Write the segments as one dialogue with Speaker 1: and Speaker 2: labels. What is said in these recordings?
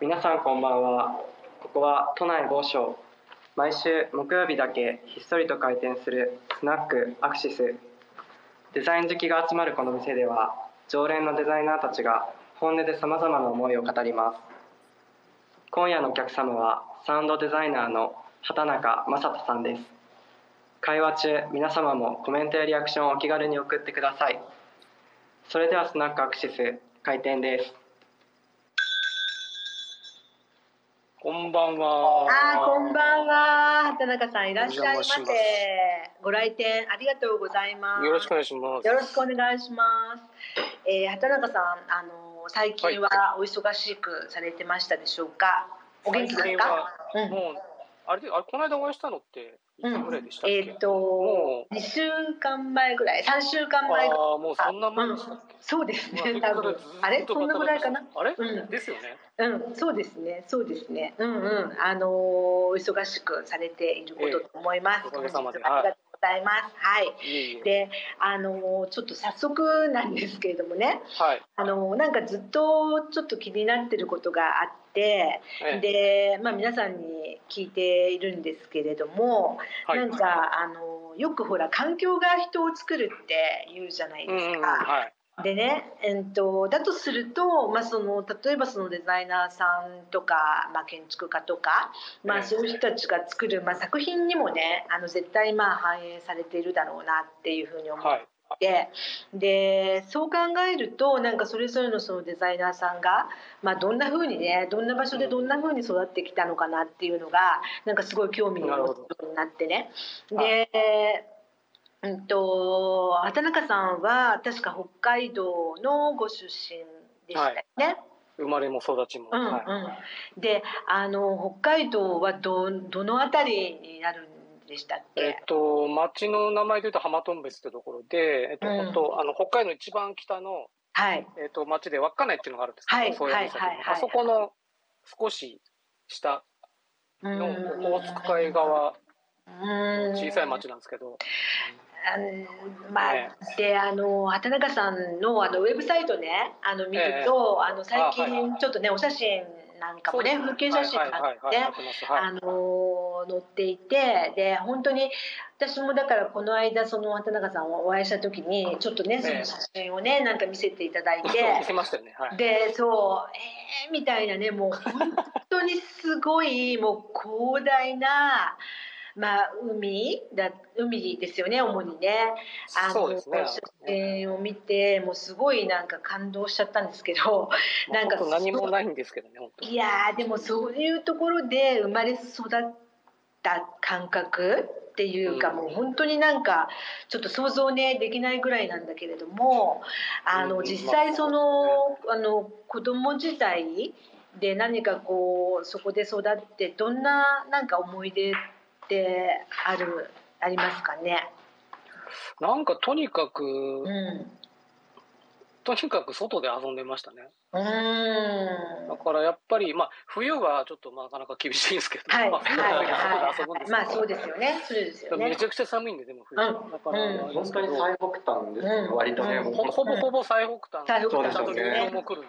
Speaker 1: 皆さんこんばんはここは都内某所毎週木曜日だけひっそりと開店するスナックアクシスデザイン好きが集まるこの店では常連のデザイナーたちが本音でさまざまな思いを語ります今夜のお客様はサウンドデザイナーの畑中正人さんです会話中皆様もコメントやリアクションをお気軽に送ってくださいそれではスナックアクシス開店ですこんばんは
Speaker 2: あーこんばんは畑中さんいらっしゃいま
Speaker 1: お
Speaker 2: せ
Speaker 1: 邪魔します
Speaker 2: ご来店ありがとうございます
Speaker 1: よろしくお願いします
Speaker 2: よろしくお願いします、えー、畑中さんあのー最近はお忙しくされてましたでしょうか、お元気です
Speaker 3: 最近
Speaker 2: か
Speaker 3: は
Speaker 2: うん
Speaker 3: もうあれであれこの間お会いしたのっていつぐらいでしたっけ、
Speaker 2: えーっ、と
Speaker 3: も
Speaker 2: 二週間前ぐらい三週間前ぐらい
Speaker 3: ああもうそんな前でしたっけ、
Speaker 2: そうです
Speaker 3: まあ
Speaker 2: ね多分
Speaker 3: それ
Speaker 2: あ
Speaker 3: からず
Speaker 2: れ
Speaker 3: っと
Speaker 2: そんなぐらいかな
Speaker 3: あれ、
Speaker 2: うん
Speaker 3: ですよね
Speaker 2: うん、そうですね、そうですね。うんうん、あのーお忙しくされていることと思います。
Speaker 3: ええおかげさまで
Speaker 2: 本日はありがとうございます。はい。
Speaker 3: いえいえ
Speaker 2: で、あのーちょっと早速なんですけれどもね、
Speaker 3: はい、
Speaker 2: あのーなんかずっとちょっと気になってることがあって、
Speaker 3: ええ
Speaker 2: で、まあ皆さんに聞いているんですけれども、
Speaker 3: はい、
Speaker 2: なんかあのーよくほら環境が人を作るって言うじゃない
Speaker 3: うんうん
Speaker 2: です
Speaker 3: うん
Speaker 2: か。
Speaker 3: はい
Speaker 2: でね、えっと、だとすると、まあ、その例えばそのデザイナーさんとか、まあ、建築家とか、ま
Speaker 3: え
Speaker 2: あ、
Speaker 3: え
Speaker 2: そういう人たちが作る、まあ、作品にもねあの絶対まあ反映されているだろうなっていうふうに思
Speaker 3: はい
Speaker 2: って、でそう考えるとなんかそれぞれのそのデザイナーさんが、まあ、どんなふうにねどんな場所でどんなふうに育ってきたのかなっていうのがなんかすごい興味を持つようになってね。
Speaker 3: なる
Speaker 2: で、うんと畑中さんは確か北海道のご出身でしたよね。
Speaker 3: 生まれも育ちも、
Speaker 2: うん
Speaker 3: はい
Speaker 2: うん。で、あの北海道はどどのあたりになるんでしたっ
Speaker 3: えっ
Speaker 2: け？
Speaker 3: と町の名前でいうと浜頓別ってところで、えっと
Speaker 2: うん
Speaker 3: 本当あの北海道の一番北の、
Speaker 2: はい。
Speaker 3: えっと町で稚内っていうのがあるんですけど、
Speaker 2: はい
Speaker 3: 宗谷岬の
Speaker 2: はいはいはい
Speaker 3: あそこの少し下
Speaker 2: うん
Speaker 3: のオホーツク海側
Speaker 2: 小
Speaker 3: 小さい町なんですけど、
Speaker 2: あのまあ、
Speaker 3: え
Speaker 2: であの畑中さんのあのウェブサイトねあの見ると、あの最
Speaker 3: あはいは
Speaker 2: 近ちょっとね、お写真なんか
Speaker 3: そ
Speaker 2: も
Speaker 3: うで
Speaker 2: ね
Speaker 3: す
Speaker 2: 風景写真があって、
Speaker 3: はいはいはいはい、なってますはい
Speaker 2: あの載っていてで本当に私もだからこの間その畑中さんをお会いした時にちょっとねそ
Speaker 3: え
Speaker 2: の
Speaker 3: え
Speaker 2: 写真をねなんか見せていただい
Speaker 3: そう見
Speaker 2: て。
Speaker 3: せましたよね。はい。
Speaker 2: でそうえー、みたいなねもう本当にすごいもう広大な、まあ、海だ海ですよね主にねあの
Speaker 3: そうですね。
Speaker 2: 写真を見てもうすごいなんか感動しちゃったんですけ ど
Speaker 3: まあ
Speaker 2: なんか
Speaker 3: 本当何もないんですけどね、本当に。
Speaker 2: いやーでもそういうところで生まれ育った感覚っていうか、
Speaker 3: うん
Speaker 2: もう本当になんかちょっと想像ねできないぐらいなんだけれどもあの
Speaker 3: うん
Speaker 2: 実際その,、
Speaker 3: ま
Speaker 2: あの子供自体で何かこうそこで育ってどんななんか思い出ってあるありますかね、
Speaker 3: なんかとにかく、
Speaker 2: うん
Speaker 3: とにかく外で遊んでましたね。
Speaker 2: うーん
Speaker 3: だからやっぱりまあ冬はちょっとなかなか厳しいんですけど、
Speaker 2: はい
Speaker 3: まあ冬はだけ外で遊ぶんですけど、
Speaker 2: まあそうですよねそうですよ
Speaker 3: め
Speaker 2: ね
Speaker 3: ちゃくちゃ寒いんででも冬。
Speaker 2: うん
Speaker 3: だから、
Speaker 2: うん
Speaker 1: 本当に最北端ですね、
Speaker 2: うん
Speaker 1: 割とね、
Speaker 2: うん
Speaker 1: もう
Speaker 3: ほほぼほぼ最北端。
Speaker 2: 最北
Speaker 1: 端
Speaker 3: ちゃんと流氷も来るん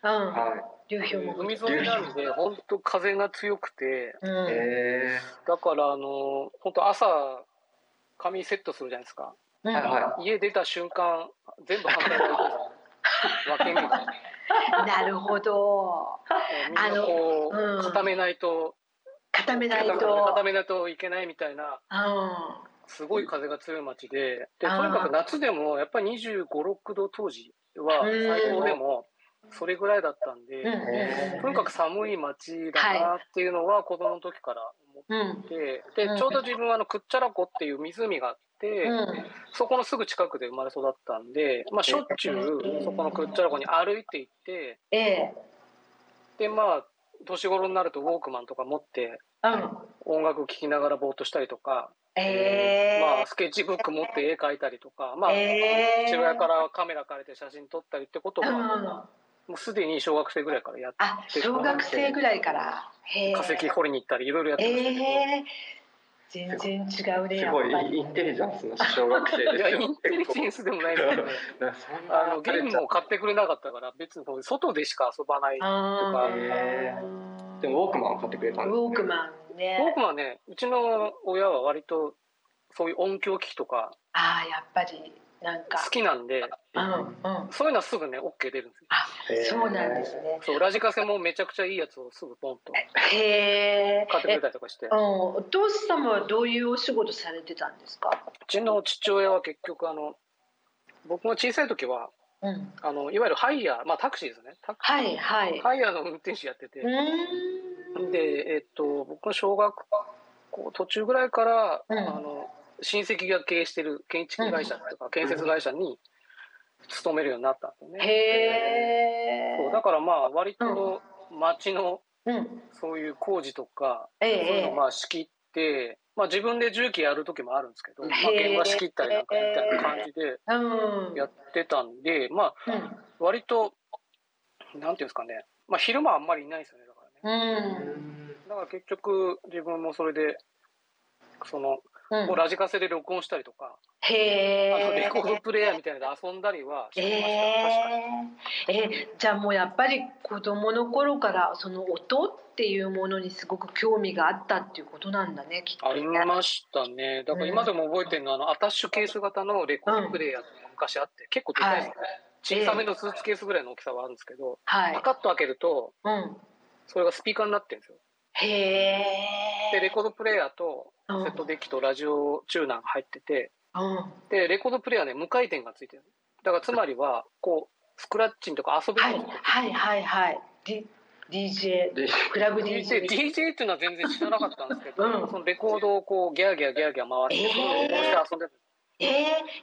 Speaker 2: うん
Speaker 1: は
Speaker 2: 流
Speaker 3: で、
Speaker 2: 氷も
Speaker 3: 海沿いなんで本当風が強くて、
Speaker 2: うん
Speaker 1: い、え
Speaker 3: だからあの本当朝髪セットするじゃないですか。
Speaker 2: う
Speaker 1: ー、
Speaker 2: ん
Speaker 1: はいはい
Speaker 3: 家出た瞬間全部反対側に行くんですよね分け 目が
Speaker 2: なるほど。
Speaker 3: みんなこ
Speaker 2: あのうん
Speaker 3: う固めないと
Speaker 2: 固めないと。
Speaker 3: 固めないといけないみたいな
Speaker 2: う
Speaker 3: すごい風が強い街でで
Speaker 2: あー
Speaker 3: とにかく夏でもやっぱり2 5 6度当時は
Speaker 2: うん
Speaker 3: 最高でもそれぐらいだったんで、
Speaker 2: ん。
Speaker 1: え
Speaker 2: うん。
Speaker 3: とにかく寒い街だなっていうのは子供の時から思
Speaker 2: うん。
Speaker 3: って、
Speaker 2: うん
Speaker 3: でちょうど自分はあのクッチャラ湖っていう湖があって、
Speaker 2: うん。
Speaker 3: そこのすぐ近くで生まれ育ったんで、まあ、しょっちゅうそこのクッチャラ湖に歩いて行って
Speaker 2: ええ。
Speaker 3: でまあ年頃になるとウォークマンとか持って
Speaker 2: うん。
Speaker 3: 音楽聴きながらぼーっとしたりとか、
Speaker 2: ええ。
Speaker 3: まあ、スケッチブック持って絵描いたりとか、まあ、
Speaker 2: ええ。
Speaker 3: 父親からカメラ借りて写真撮ったりってことは
Speaker 2: うん。
Speaker 3: もうすでに小学生ぐらいからやっ
Speaker 2: あ、小学生ぐらいから。へ
Speaker 3: て化石掘りに行ったりいろいろやって
Speaker 2: え
Speaker 3: ましたけど、
Speaker 2: え。全然違うね
Speaker 1: すごい
Speaker 2: やっぱり
Speaker 1: インテリジェンスの小学生
Speaker 3: い
Speaker 1: で
Speaker 3: や
Speaker 1: す
Speaker 3: イ
Speaker 1: よ
Speaker 3: ンテリジェンスでもないですけどね
Speaker 1: なんかそんな
Speaker 3: あのゲームを買ってくれなかったから別に外でしか遊ばないウ
Speaker 2: あー
Speaker 1: へでもウォークマンを買ってくれたんです、ね、
Speaker 2: ウォークマンね
Speaker 3: ォークマンねうちの親は割とそういう音響機器とか
Speaker 2: ああやっぱりなんか
Speaker 3: 好きなんで
Speaker 2: うんうん
Speaker 3: そういうのはすぐね OK 出るんですよ
Speaker 1: へー
Speaker 2: そうなんですね
Speaker 3: そうラジカセもめちゃくちゃいいやつをすぐポンと
Speaker 2: へえ
Speaker 3: 買ってくれたりとかして
Speaker 2: えうんお父様はどういうお仕事されてたんですか
Speaker 3: うちの父親は結局あの僕も小さい時は
Speaker 2: うん
Speaker 3: あのいわゆるハイヤーまあタクシーですねタク
Speaker 2: はいはい
Speaker 3: ハイヤーの運転手やってて、
Speaker 2: うーん
Speaker 3: でえっと僕の小学校途中ぐらいから、
Speaker 2: うん
Speaker 3: あの親戚が経営してる建築会社とか建設会社に勤めるようになったんですよね。
Speaker 2: へえ
Speaker 3: そうだからまあ割と町の
Speaker 2: うん
Speaker 3: そういう工事とか、
Speaker 2: ええ
Speaker 3: そういう
Speaker 2: え
Speaker 3: のをまあ仕切って、まあ、自分で重機やる時もあるんですけど、まあ
Speaker 2: へー
Speaker 3: 現場仕切ったりなんかみたいな感じで
Speaker 2: えうん
Speaker 3: やってたんで、ま
Speaker 2: う
Speaker 3: あ、
Speaker 2: ん
Speaker 3: 割となんていうんですかね、まあ、昼間はあんまりいないですよねだからね。
Speaker 2: うん
Speaker 3: だから結局自分もそれでその、
Speaker 2: う
Speaker 3: もうんラジカセで録音したりとか、
Speaker 2: へ
Speaker 3: あの
Speaker 2: え
Speaker 3: レコードプレイヤーみたいなので遊んだりはしてました、確か
Speaker 2: えー、えじゃあもうやっぱり子供の頃からその音っていうものにすごく興味があったっていうことなんだねきっと
Speaker 3: に。
Speaker 2: ね
Speaker 3: ありましたね。だから今でも覚えてるのはあのアタッシュケース型のレコードプレイヤーっていうのが昔あって、結構でかいですね。小さめのスーツケースぐらいの大きさはあるんですけど、
Speaker 2: はい
Speaker 3: パ、カッと開けると
Speaker 2: うん、
Speaker 3: それがスピーカーになってるんですよ。
Speaker 2: へ
Speaker 3: で
Speaker 2: え
Speaker 3: レコードプレイヤーとカセットデッキとラジオチューナーが入ってて、
Speaker 2: うん
Speaker 3: でレコードプレイヤーね無回転がついてる。だからつまりはこうスクラッチンとか遊べ
Speaker 2: は
Speaker 3: るん
Speaker 2: い
Speaker 3: ですよ。
Speaker 2: はいはいはい、D、DJ
Speaker 1: で
Speaker 2: クラブ DJ
Speaker 3: DJ, DJ っていうのは全然知らなかったんですけど、
Speaker 2: うん
Speaker 3: そのレコードをこうギャーギャーギャーギャー回して、
Speaker 2: えー
Speaker 3: 録音して遊んでる
Speaker 2: えー、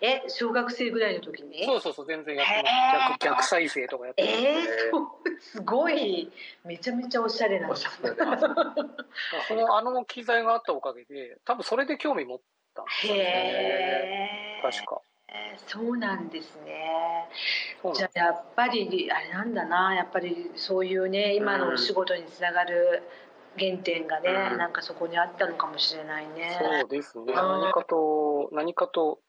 Speaker 2: え小学生ぐらいの時に
Speaker 3: そうそうそう全然やってま
Speaker 2: へ
Speaker 3: し
Speaker 2: ー
Speaker 3: た逆逆再生とかやって
Speaker 2: え
Speaker 3: ました
Speaker 2: ー、そうすごいめちゃめちゃおしゃれなん
Speaker 1: お
Speaker 2: で
Speaker 1: し
Speaker 2: す
Speaker 1: ゃれな
Speaker 3: そのあの機材があったおかげで多分それで興味持ったんです
Speaker 2: へ
Speaker 3: よね
Speaker 2: え
Speaker 3: 確か
Speaker 2: そうなんですね
Speaker 3: そうなん
Speaker 2: じ
Speaker 3: で
Speaker 2: ゃあやっぱりあれなんだなやっぱりそういうね今のお仕事につながる原点がね、
Speaker 1: うん
Speaker 2: なんかそこにあったのかもしれないね
Speaker 3: す。そうですね
Speaker 2: ん
Speaker 3: 何かと何かと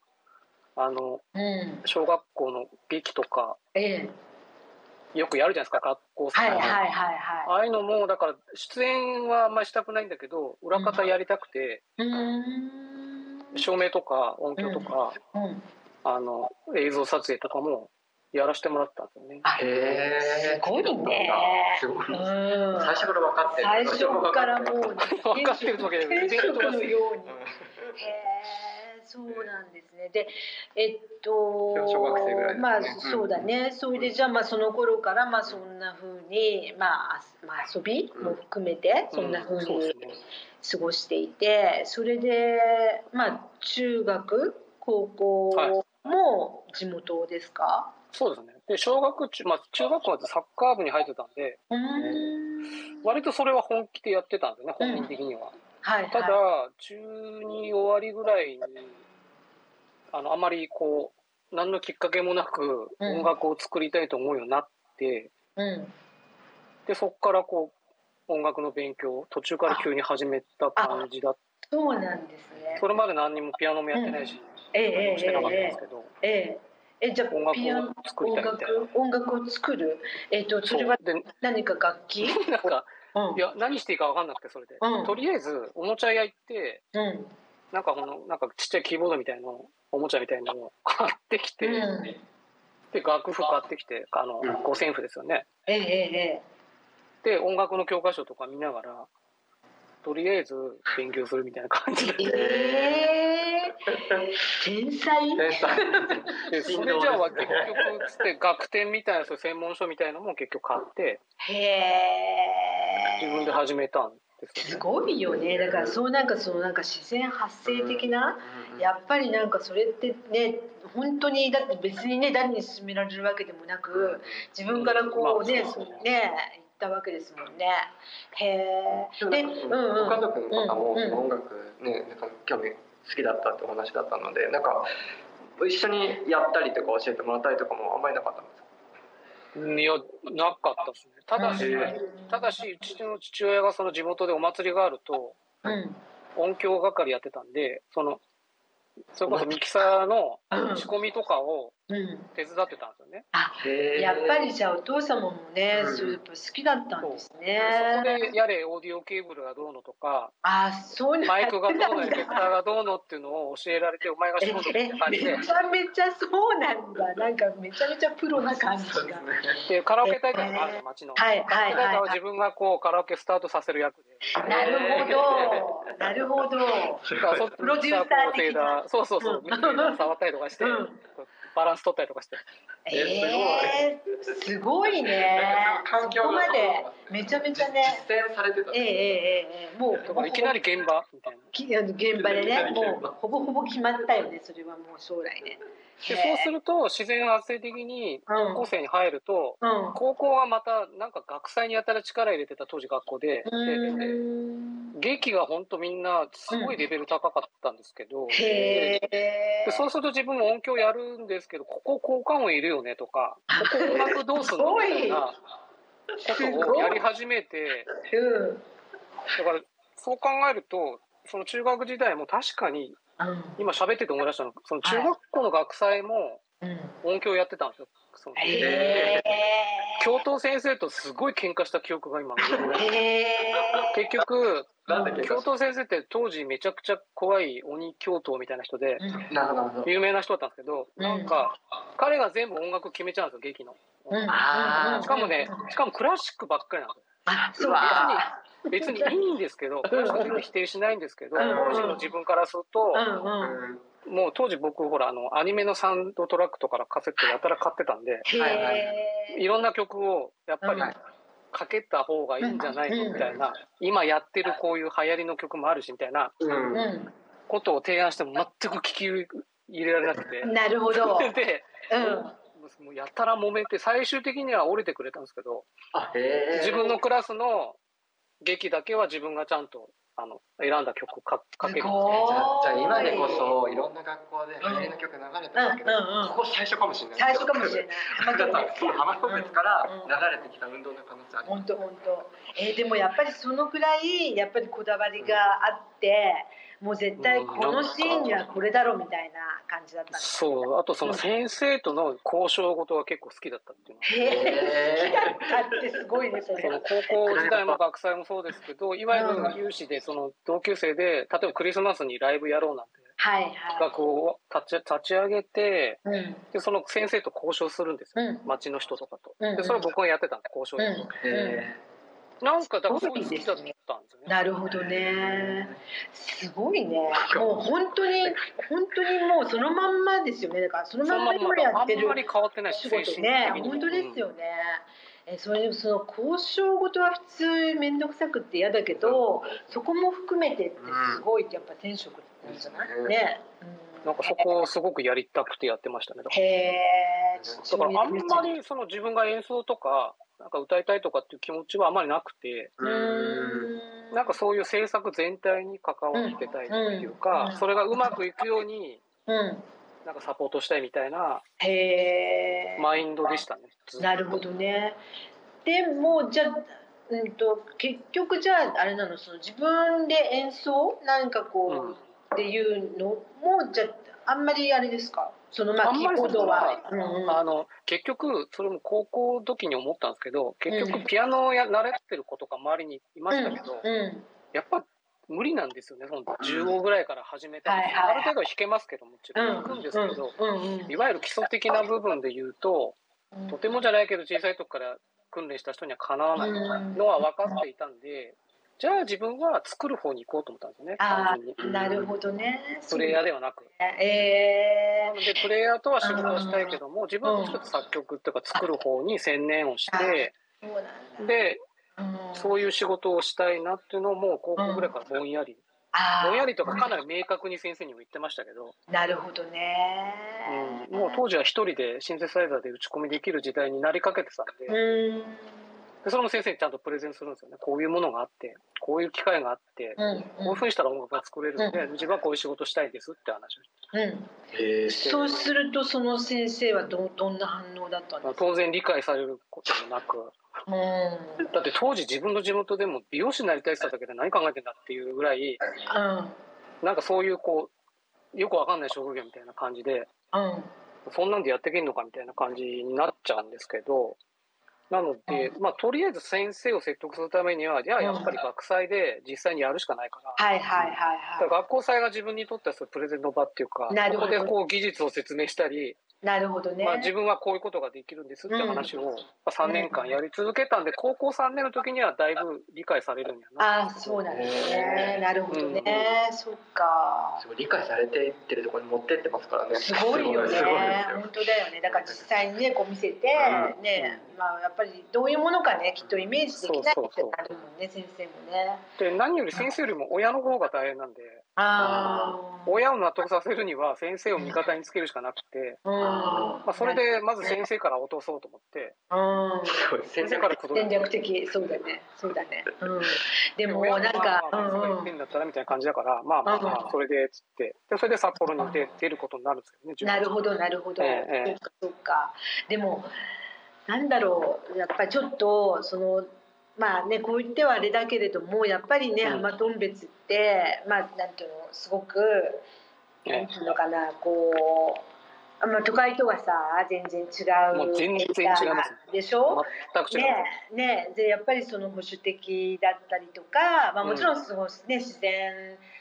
Speaker 3: あの
Speaker 2: うん、
Speaker 3: 小学校の劇とか
Speaker 2: ええ、
Speaker 3: よくやるじゃないですか学校
Speaker 2: はい
Speaker 3: 祭
Speaker 2: はい
Speaker 3: とか
Speaker 2: はい
Speaker 3: あ
Speaker 2: は
Speaker 3: あいうのもだから出演はあんまりしたくないんだけど裏方やりたくて
Speaker 2: い。うーん、
Speaker 3: 照明とか音響とか、
Speaker 2: うん、
Speaker 3: あの映像撮影とかもやらせてもらったんですよね。
Speaker 2: あ
Speaker 1: へー
Speaker 2: すごいね。
Speaker 1: すごい
Speaker 2: うん、
Speaker 1: 最初から分かってる
Speaker 2: 最初からもうね
Speaker 3: 分かってるわけじゃない
Speaker 2: 天職のように。
Speaker 1: うん
Speaker 2: へえ、そうなんですね。で、えっと、
Speaker 1: でも小学生ぐらいですね
Speaker 2: まあ、
Speaker 1: うん
Speaker 2: そうだね。それでじゃあまあその頃からまあそんな風にまああすまあ遊びも含めてそんな風
Speaker 3: そうで
Speaker 2: に
Speaker 3: すね
Speaker 2: 過ごしていて、それでまあ中学高
Speaker 3: は
Speaker 2: 校も地元ですか？
Speaker 3: そうですね。で小学中まあ中学校はサッカー部に入ってたんで、
Speaker 2: うーん。
Speaker 3: 割とそれは本気でやってたんですよね。
Speaker 2: うん
Speaker 3: 本人的には。
Speaker 2: はいはい。
Speaker 3: ただ中二終わりぐらいにあのあまりこう何のきっかけもなく
Speaker 2: うん
Speaker 3: 音楽を作りたいと思うようになって、
Speaker 2: うん。
Speaker 3: でそこからこう音楽の勉強を途中から急に始めた感じだっ
Speaker 2: そうなんですね。
Speaker 3: それまで何にもピアノもやってないし、
Speaker 2: ええ
Speaker 3: 何もしてなかったん
Speaker 2: えええ
Speaker 3: ですけど、
Speaker 2: えええ。えじゃあピ
Speaker 3: 音
Speaker 2: ア
Speaker 3: 楽
Speaker 2: ノ
Speaker 3: を作りたいみたいな。
Speaker 2: 音楽音楽を作る。えっとそ
Speaker 3: そう
Speaker 2: れは
Speaker 3: で
Speaker 2: 何か楽器？
Speaker 3: なんか
Speaker 2: うん
Speaker 3: いや何していいか分かんなくてそれで、
Speaker 2: うん
Speaker 3: とりあえずおもちゃ屋行って
Speaker 2: うん
Speaker 3: なんかこのなんかちっちゃいキーボードみたいなのおもちゃみたいなのを 買ってきて、
Speaker 2: うん
Speaker 3: で楽譜買ってきてあの、
Speaker 1: うん
Speaker 3: 五線譜ですよね
Speaker 2: ええええ
Speaker 3: で音楽の教科書とか見ながらとりあえず勉強するみたいな感 じで
Speaker 2: えええ天才
Speaker 1: 天才
Speaker 3: でそれじゃあ結局つって楽天みたいなそういう専門書みたいなのも結局買って
Speaker 2: へ
Speaker 3: 自分
Speaker 2: え
Speaker 3: で始めたんです
Speaker 2: す
Speaker 3: よね。
Speaker 2: ごいよねだからそうなんかそのなんか自然発生的な、
Speaker 1: うん
Speaker 2: やっぱりなんかそれってね本当にだって別にね誰に勧められるわけでもなく自分からこうね、
Speaker 3: まあ
Speaker 2: そ
Speaker 3: そううですね
Speaker 2: ね行ったわけですもんねへえで
Speaker 1: で
Speaker 2: うんうん
Speaker 1: ご家族の方も
Speaker 2: うんうん
Speaker 1: 音楽ねなんか興味好きだったってお話だったのでなんか一緒にやったりとか教えてもらったりとかもあんまりなかったんですか
Speaker 3: うんいやなかったですね。ただし、
Speaker 1: うん
Speaker 3: ただしうちの父親がその地元でお祭りがあると
Speaker 2: うん
Speaker 3: 音響係やってたんでそのそれこそミキサーの仕込みとかを
Speaker 2: うん
Speaker 3: 手伝ってたんですよね。
Speaker 1: へー
Speaker 2: やっぱりじゃあお父様もね、
Speaker 1: うん
Speaker 2: そうやっぱ好きだったんですね。
Speaker 3: そこでやれオーディオケーブルがどうのとか
Speaker 2: あー、そうなん
Speaker 3: マイクがどうのエフェクター
Speaker 2: だ。
Speaker 3: がどうのっていうのを教えられてお前が
Speaker 2: え
Speaker 3: 仕事みたいな感じで
Speaker 2: めちゃめちゃそうなんだ。なんかめちゃめちゃプロな感じが。
Speaker 1: そうですね。
Speaker 3: でカラオケ大会があるの町の。
Speaker 2: はいはい
Speaker 3: カラ
Speaker 2: は
Speaker 3: オケ大
Speaker 2: い
Speaker 3: 会を
Speaker 2: は
Speaker 3: 自分がこうカラオケスタートさせる役で。
Speaker 2: い。なるほど。なるほど。
Speaker 1: す
Speaker 3: だか
Speaker 1: ご
Speaker 3: らそ
Speaker 1: い
Speaker 3: っち
Speaker 2: プロデューサー的な
Speaker 3: ミキサーそうそうそう
Speaker 2: う、ん
Speaker 3: ミキサー触ったりとかして、
Speaker 2: うん
Speaker 3: バランス取ったりとかして、
Speaker 1: え
Speaker 2: えー、すごいね
Speaker 1: なん。か
Speaker 2: そ
Speaker 1: 環境が
Speaker 2: こまでめちゃめちゃね。
Speaker 1: 実践されてたん
Speaker 2: えええ
Speaker 1: ですね。
Speaker 2: えええもう
Speaker 3: だからいきなり現場みたいな。
Speaker 2: きあの現場でね、もうほぼほぼ決まったよね。それはもう将来ね。
Speaker 3: でそうすると自然発生的に
Speaker 2: うん
Speaker 3: 高校生に入ると、
Speaker 2: うん。
Speaker 3: 高校はまたなんか学祭にやたら力入れてた当時学校で、で
Speaker 2: うん
Speaker 3: 劇が本当みんなすごいレベル高かったんですけど、
Speaker 2: へ
Speaker 3: で
Speaker 2: え
Speaker 3: で。そうすると自分も音響やるんですけどここ効果音いるよねとかここ音楽どうすんのみたいなことをやり始めて。
Speaker 2: うん。
Speaker 3: だからそう考えるとその中学時代も確かに今喋ってて思い出したのその中学校の学祭も
Speaker 2: うん。
Speaker 3: 音響やってたんですよ。その
Speaker 2: へえ。
Speaker 3: 教頭先生とすごい喧嘩した記憶が今
Speaker 2: へえ。
Speaker 3: 結局
Speaker 1: なんだっけ
Speaker 3: 教頭先生って当時めちゃくちゃ怖い鬼教頭みたいな人で
Speaker 1: なるほどなるほど。
Speaker 3: 有名な人だったんですけどなんか彼が全部音楽決めちゃうんですよ劇の。
Speaker 2: うん。
Speaker 1: あー
Speaker 3: しかもねしかもクラシックばっかりなんです
Speaker 2: あ、そ
Speaker 3: よ
Speaker 2: う
Speaker 1: わ
Speaker 2: か。
Speaker 3: 別にいいんですけどクラシックを否定しないんですけど
Speaker 2: うん
Speaker 3: 当時の自分からすると。
Speaker 2: うんうん。
Speaker 1: うん
Speaker 3: もう当時僕ほらあのアニメのサウンドトラックとかのカセットやたら買ってたんで
Speaker 2: へえ。
Speaker 3: いろんな曲をやっぱり
Speaker 2: うん
Speaker 3: かけた方がいいんじゃない
Speaker 2: うん
Speaker 3: のみたいな今やってるこういう流行りの曲もあるしみたいな
Speaker 1: うん
Speaker 2: う
Speaker 3: ことを提案しても全く聞き入れられなくて
Speaker 2: ん。なるほど。
Speaker 3: で
Speaker 2: うん。
Speaker 3: もうやたら揉めて最終的には折れてくれたんですけど
Speaker 1: あへえ。
Speaker 3: 自分のクラスの劇だけは自分がちゃんとあの選んだ曲かかける
Speaker 1: じゃあじゃあ今でこそいろんな学校で流行りの曲流れてるんですけど、
Speaker 2: うんうんうん
Speaker 1: ここ最初かもしれない
Speaker 2: 最初かもしれ
Speaker 1: い
Speaker 2: ない。
Speaker 1: だからその浜松から流れてきた運動の可能性ありま
Speaker 2: 本当本当。えーでもやっぱりそのくらいやっぱりこだわりがあって、もう絶対このシーンにはこれだろうみたいな感じだったんです。
Speaker 3: そうあとその先生との交渉事が結構好きだったっていうのは
Speaker 2: へ
Speaker 1: す
Speaker 2: え。
Speaker 1: へ
Speaker 2: だってすごいねそれ
Speaker 3: その。高校時代も学祭もそうですけどいわゆる有志でその同級生で例えばクリスマスにライブやろうなんて
Speaker 2: はいはい。
Speaker 3: 企画を立ち立ち上げて
Speaker 2: うん
Speaker 3: でその先生と交渉するんですよ
Speaker 2: うん
Speaker 3: 町の人とかと
Speaker 2: うんうん
Speaker 3: でそれを僕がやってたんで交渉
Speaker 2: う
Speaker 1: えへ
Speaker 3: なんかだからそういうの好きだった
Speaker 2: ん。
Speaker 3: んですよね
Speaker 2: なるほどね。すごいね。もう本当に本当にもうそのまんまですよね。だからその
Speaker 3: その
Speaker 2: まん
Speaker 3: ま
Speaker 2: ま
Speaker 3: んま
Speaker 2: 今や
Speaker 3: あ
Speaker 2: って
Speaker 3: ん
Speaker 2: る
Speaker 3: まり変わってないし
Speaker 2: 仕
Speaker 3: 精神
Speaker 2: 事
Speaker 3: 的
Speaker 2: ね。
Speaker 3: に
Speaker 2: 本当ですよね。えそれその交渉事は普通面倒くさくって嫌だけど、そこも含めてってすごいってやっぱ天職なんじゃない
Speaker 1: うん
Speaker 2: ね。
Speaker 3: う
Speaker 2: うん
Speaker 3: なんかそこをすごくやりたくてやってましたねだか
Speaker 2: へえ。
Speaker 3: らだからあんまりその自分が演奏とかなんか歌いたいとかっていう気持ちはあまりなくて
Speaker 1: う
Speaker 2: う
Speaker 1: ーん
Speaker 2: ん。
Speaker 3: なんかそういう制作全体に関わってたいっていうか、
Speaker 2: うんうん
Speaker 3: それがうまくいくように
Speaker 2: うん。
Speaker 3: なんかサポートしたいみたいな
Speaker 2: へえ。
Speaker 3: マインドでしたね。ずっと
Speaker 2: なるほどね。でもじゃあ、うんと結局じゃああれなのその自分で演奏なんか
Speaker 3: うん
Speaker 2: こうっていうのもじゃああんまりあれですか。そのま
Speaker 3: あ
Speaker 2: あ
Speaker 3: ん
Speaker 2: キー
Speaker 3: まりそ
Speaker 2: ボード
Speaker 3: こは
Speaker 2: は。、うんうん
Speaker 3: あの結局それも高校時に思ったんですけど結
Speaker 2: うん
Speaker 3: 局ピアノをや慣れてる子とか周りにいましたけど、
Speaker 2: うん
Speaker 3: やっぱ無理なんですよねその10号ぐらいから始めた
Speaker 2: は
Speaker 3: り、
Speaker 2: いはいはい
Speaker 3: ある程度は弾けますけどもちろん弾くんですけど、
Speaker 2: うんうん
Speaker 3: いわゆる基礎的な部分で言うと
Speaker 2: うん
Speaker 3: とてもじゃないけど小さい時から訓練した人にはかなわない
Speaker 2: うん
Speaker 3: のは分かっていたんで、じゃあ自分は作る方に行こうと思ったんですよね、
Speaker 2: あ
Speaker 3: 単純に。
Speaker 2: あなるほどね。
Speaker 3: プレイヤーではな
Speaker 2: そ
Speaker 3: く。
Speaker 2: うねえ
Speaker 3: で、プレイヤーとは仕事をしたいけども、自分はちょっと作曲とか作る方に専念をして、
Speaker 2: ー、そうなんだ。
Speaker 3: で、
Speaker 2: うん
Speaker 3: そういう仕事をしたいなっていうのをもう高校ぐらいからぼんやり、
Speaker 2: あー
Speaker 3: ぼんやりとかかなり明確に先生にも言ってましたけど、
Speaker 2: なるほどね。
Speaker 3: うんもう当時は一人でシンセサイザーで打ち込みできる時代になりかけてたんで、
Speaker 2: うん
Speaker 3: でそれも先生にちゃんとプレゼンするんですよねこういうものがあってこういう機会があって、
Speaker 2: うん
Speaker 3: こういうふうにしたら音楽が作れるので、
Speaker 2: う
Speaker 3: 自分はこういう仕事したいんですって話をして
Speaker 2: うん。
Speaker 1: へえ
Speaker 2: そうするとその先生はどどんな反応だったんですか。
Speaker 3: 当然理解されることもなく
Speaker 2: うん
Speaker 3: だって当時自分の地元でも美容師になりたいって言っただけで何考えてんだっていうぐらい
Speaker 2: うん
Speaker 3: なんかそういうこうよくわかんない職業みたいな感じで
Speaker 2: うん
Speaker 3: そんなんでやってけんのかみたいな感じになっちゃうんですけどなので、まあ、とりあえず先生を説得するためにはじゃあやっぱり学祭で実際にやるしかないから。
Speaker 2: はいはいはい
Speaker 3: だから
Speaker 2: は
Speaker 3: 学校祭が自分にとってはそのプレゼンの場っていうか
Speaker 2: なる
Speaker 3: そ
Speaker 2: ほ
Speaker 3: こ
Speaker 2: ど
Speaker 3: でこう技術を説明したり、
Speaker 2: いなるほどね、
Speaker 3: まあ、自分はこういうことができるんですって話を、まあ、3年間やり続けたんで高校3年の時にはだいぶ理解されるんや
Speaker 2: あ
Speaker 3: な
Speaker 2: あそうなんですねなるほどね、そっか
Speaker 1: すごい理解されていってるところに持ってってますからね
Speaker 2: すごいよね
Speaker 1: すごいですよ
Speaker 2: 本当だよねだから実際にねこう見せて、
Speaker 1: うん
Speaker 2: ねまあやっぱりどういうものかねきっとイメージできない
Speaker 3: そう
Speaker 2: っ
Speaker 3: そ
Speaker 2: て
Speaker 3: うそう
Speaker 2: なるもんね先生もね
Speaker 3: で何より先生よりも親の方が大変なんで
Speaker 2: ああ
Speaker 3: 親を納得させるには先生を味方につけるしかなくて、
Speaker 2: うん、
Speaker 1: ま
Speaker 3: まあ、それでまず先生から落とそうと思って
Speaker 2: うん
Speaker 1: すごい先
Speaker 3: 先
Speaker 1: 生
Speaker 3: 生
Speaker 1: か
Speaker 3: からら口説
Speaker 2: 戦
Speaker 3: いて
Speaker 2: 略的そうだねそうだね、うん、で
Speaker 3: で
Speaker 2: も
Speaker 3: 親
Speaker 2: なん
Speaker 3: が
Speaker 2: か、
Speaker 3: まあまあそ
Speaker 2: う
Speaker 3: こ
Speaker 2: んう
Speaker 3: 行っ
Speaker 2: ん
Speaker 3: てんだったらみたいな感じだからまあまあま
Speaker 2: うん
Speaker 3: あそれでっつってでそれで札幌に出出ることになるんですけどね
Speaker 2: なる
Speaker 3: ど
Speaker 2: ほどなるほど、
Speaker 3: えええ
Speaker 2: そ
Speaker 3: え
Speaker 2: っかそっかでもなんだろうやっぱりちょっとそのまあねこう言ってはあれだけれどもやっぱりね
Speaker 3: うん
Speaker 2: 浜頓別ってまあなんていうのすごくなんていうのかなこうあまあ都会とはさ全然違う
Speaker 3: もう全然違います
Speaker 2: でしょ
Speaker 3: 全く違う
Speaker 2: ねねでやっぱりその保守的だったりとか、まあ、もちろんその、ね、自然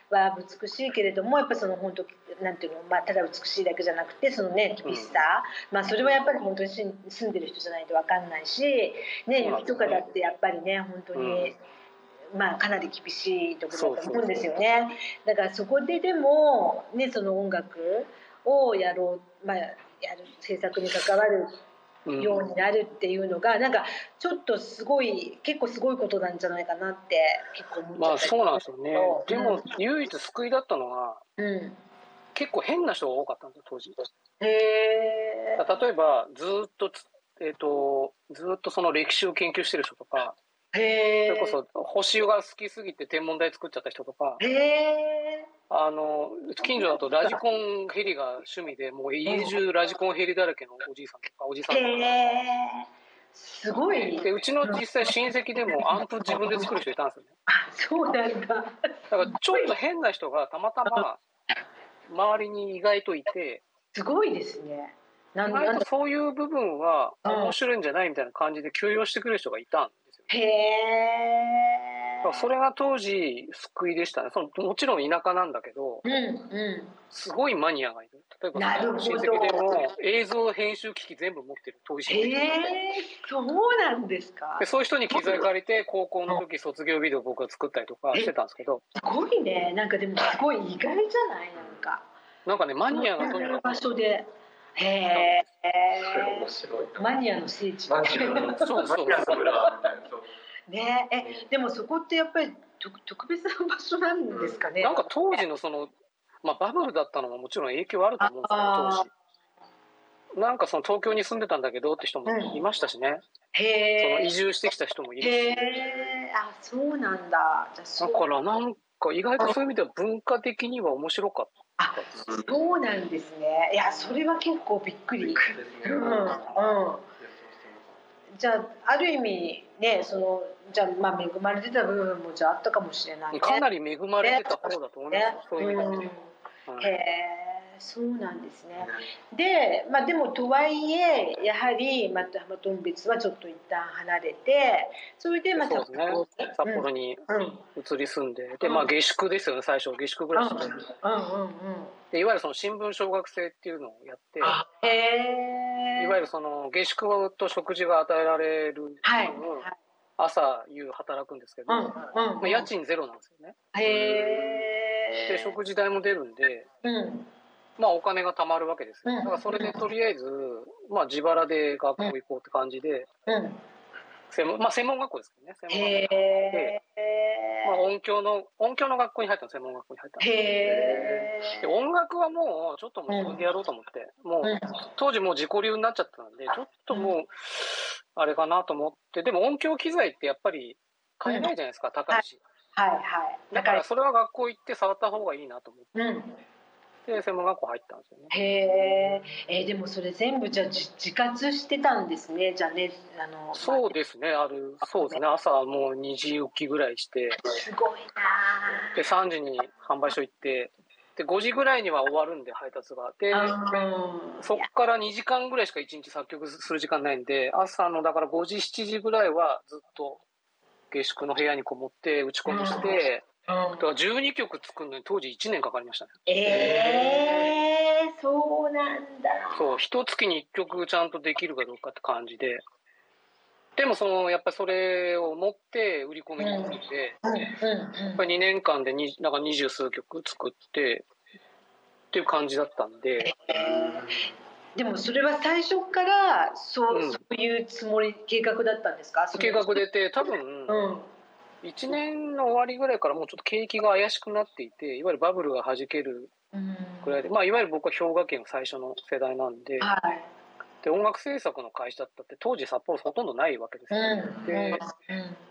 Speaker 2: は美しいけれどもやっぱその本当なんていうの、まあ、ただ美しいだけじゃなくてそのね厳しさ、まあ、それはやっぱり本当に住ん住んでる人じゃないと分かんないし、ね、
Speaker 3: そうなん
Speaker 2: 雪と
Speaker 3: ですよね
Speaker 2: かだってやっぱりね本当に、まあ、かなり厳しいところだと思うんですよね。だからそこででも、ね、その音楽をやろう、まあ、やる制作に関わる
Speaker 3: うん
Speaker 2: ようになるっていうのが、なんかちょっとすごい結構すごいことなんじゃないかなって結構思っち
Speaker 3: ま
Speaker 2: ゃ
Speaker 3: あ
Speaker 2: ったり
Speaker 3: そうなんですよね
Speaker 2: そう。
Speaker 3: でも唯一救いだったのは
Speaker 2: うん
Speaker 3: 結構変な人が多かったんですよ当時。
Speaker 2: へえ
Speaker 3: 例えばずーっとつえっ、とずーっとその歴史を研究してる人とか、
Speaker 2: へえ
Speaker 3: それこそ星が好きすぎて天文台作っちゃった人とか、
Speaker 2: へえ
Speaker 3: あの近所だとラジコンヘリが趣味でもう家中ラジコンヘリだらけのおじいさんとかおじさんとか。
Speaker 2: へえすごい
Speaker 3: でうちの実際親戚でもアンプ自分で作る人いたんですよね
Speaker 2: あそうなんだ
Speaker 3: だからちょっと変な人がたまたま周りに意外といて
Speaker 2: すごいですねなん
Speaker 3: 意
Speaker 2: な
Speaker 3: 外
Speaker 2: ん
Speaker 3: と
Speaker 2: だ
Speaker 3: そういう部分は
Speaker 2: うん
Speaker 3: 面白いんじゃないみたいな感じで許容してくれる人がいたんですよ。
Speaker 2: へ
Speaker 3: だ
Speaker 2: え
Speaker 3: からそれが当時救いでしたねそのもちろん田舎なんだけど
Speaker 2: うんう
Speaker 3: すごいマニアがいる例えば
Speaker 2: なるほど
Speaker 3: 親戚でも映像編集機器全部持ってる遠い
Speaker 2: ん
Speaker 3: 親戚
Speaker 2: へ
Speaker 3: で
Speaker 2: えそうなんですか
Speaker 3: でそういう人に機材借りて高校の時卒業ビデオ僕が作ったりとかしてたんですけど
Speaker 2: すごいねなんかでもすごい意外じゃないなんか
Speaker 3: なんかねマニアがと
Speaker 2: こ
Speaker 3: に
Speaker 2: の
Speaker 3: か
Speaker 2: 場
Speaker 3: く
Speaker 2: 所で。へえ。
Speaker 1: それ面白い
Speaker 2: マニアの聖地。
Speaker 1: マニアの
Speaker 3: そうそ
Speaker 1: マ
Speaker 3: う
Speaker 1: ニアの村みたいなそう
Speaker 2: ねえ、えでもそこってやっぱり特特別な場所なんですかね。
Speaker 3: なんか当時のその、まあ、バブルだったのももちろん影響あると思うんですけど当
Speaker 2: あ
Speaker 3: 時なんかその東京に住んでたんだけどって人もいましたしね、
Speaker 2: へ
Speaker 3: その
Speaker 2: え
Speaker 3: 移。住してきた人もいるし、
Speaker 2: へえ。あ、そうなんだ。じゃあそ
Speaker 3: だ
Speaker 2: う
Speaker 3: からなんか意外とそういう意味では文化的には面白かっ
Speaker 2: あ、そうなんですね。いや、それは結構びっく
Speaker 1: びっ
Speaker 2: り。
Speaker 1: くりです
Speaker 2: う
Speaker 1: ね
Speaker 2: ん、うん。じゃあある意味ね、そのじゃあまあ恵まれてた部分もじゃああったかもしれない、
Speaker 3: た
Speaker 2: ね。
Speaker 3: かなり恵まれてた方だと思いますよ
Speaker 2: ね、
Speaker 3: そういう意味で、
Speaker 2: うん。
Speaker 3: は
Speaker 2: へ
Speaker 3: い
Speaker 2: え、そうなんですね。で、まあ、でもとはいえやはりまた浜頓別はちょっと一旦離れてそれでま
Speaker 3: そう
Speaker 2: た
Speaker 3: ですね札幌に
Speaker 2: うんうん
Speaker 3: 移り住んで、でまあ下宿ですよね最初下宿暮らし
Speaker 2: う
Speaker 3: で,、
Speaker 2: んうんうん
Speaker 3: でいわゆるその新聞小学生っていうのをやって
Speaker 1: あ
Speaker 2: へえ
Speaker 3: いわゆるその下宿と食事が与えられる、
Speaker 2: はい、はい
Speaker 3: 朝夕働くんですけど、
Speaker 2: うん
Speaker 3: ま
Speaker 2: うん
Speaker 3: あ、家賃ゼロなんですよね。
Speaker 2: へえ
Speaker 3: で食事代も出るんで、
Speaker 2: うん
Speaker 3: まあ、お金が貯まるわけですよ。
Speaker 2: うん
Speaker 3: だからそれでとりあえず、まあ、自腹で学校行こうって感じで、
Speaker 2: うん
Speaker 3: 専門まあ、専門学校ですけどね専門
Speaker 2: へ
Speaker 3: 学
Speaker 2: え
Speaker 3: 校、まあ、音響の音響の学校に入ったの専門学校に入った
Speaker 2: へえ
Speaker 3: ので音楽はもうちょっともう自分でやろうと思って、もう
Speaker 2: うん
Speaker 3: 当時もう自己流になっちゃったんでちょっともうあれかなと思ってでも音響機材ってやっぱり買えないじゃないですか、高いし。
Speaker 2: はいはい
Speaker 3: だからそれは学校行って触った方がいいなと思って
Speaker 2: うん
Speaker 3: で専門学校入ったんですよね。
Speaker 2: へーえー、でもそれ全部じゃあじ自活してたんですねじゃあねあの
Speaker 3: そうですね、ある、そうですね、朝もう2時起きぐらいして、
Speaker 2: すごいな
Speaker 3: で、3時に販売所行って、で、5時ぐらいには終わるんで、配達が。で、
Speaker 2: あ
Speaker 3: そっから2時間ぐらいしか1日作曲する時間ないんで、朝のだから5時、7時ぐらいはずっと下宿の部屋にこもって打ち込みして、
Speaker 2: うん
Speaker 3: だから12曲作るのに当時1年かかりましたね。
Speaker 2: えー、そうなんだ
Speaker 3: そう、一月に1曲ちゃんとできるかどうかって感じで。でもその、やっぱりそれを持って売り込みに行って、
Speaker 2: うんうん
Speaker 3: やっぱり2年間でになんか二十数曲作ってっていう感じだったんで
Speaker 2: でもそれは最初からそう,、
Speaker 3: うん
Speaker 2: そういうつもり計画だったんですか
Speaker 3: 計画出て多分
Speaker 2: うん
Speaker 3: 1年の終わりぐらいからもうちょっと景気が怪しくなっていていわゆるバブルがはじける
Speaker 2: うん
Speaker 3: ぐらいで、まあ、いわゆる僕は氷河期の最初の世代なんで
Speaker 2: はい
Speaker 3: で音楽制作の会社だったって当時札幌ほとんどないわけです
Speaker 2: う
Speaker 3: よ、
Speaker 2: ん
Speaker 3: で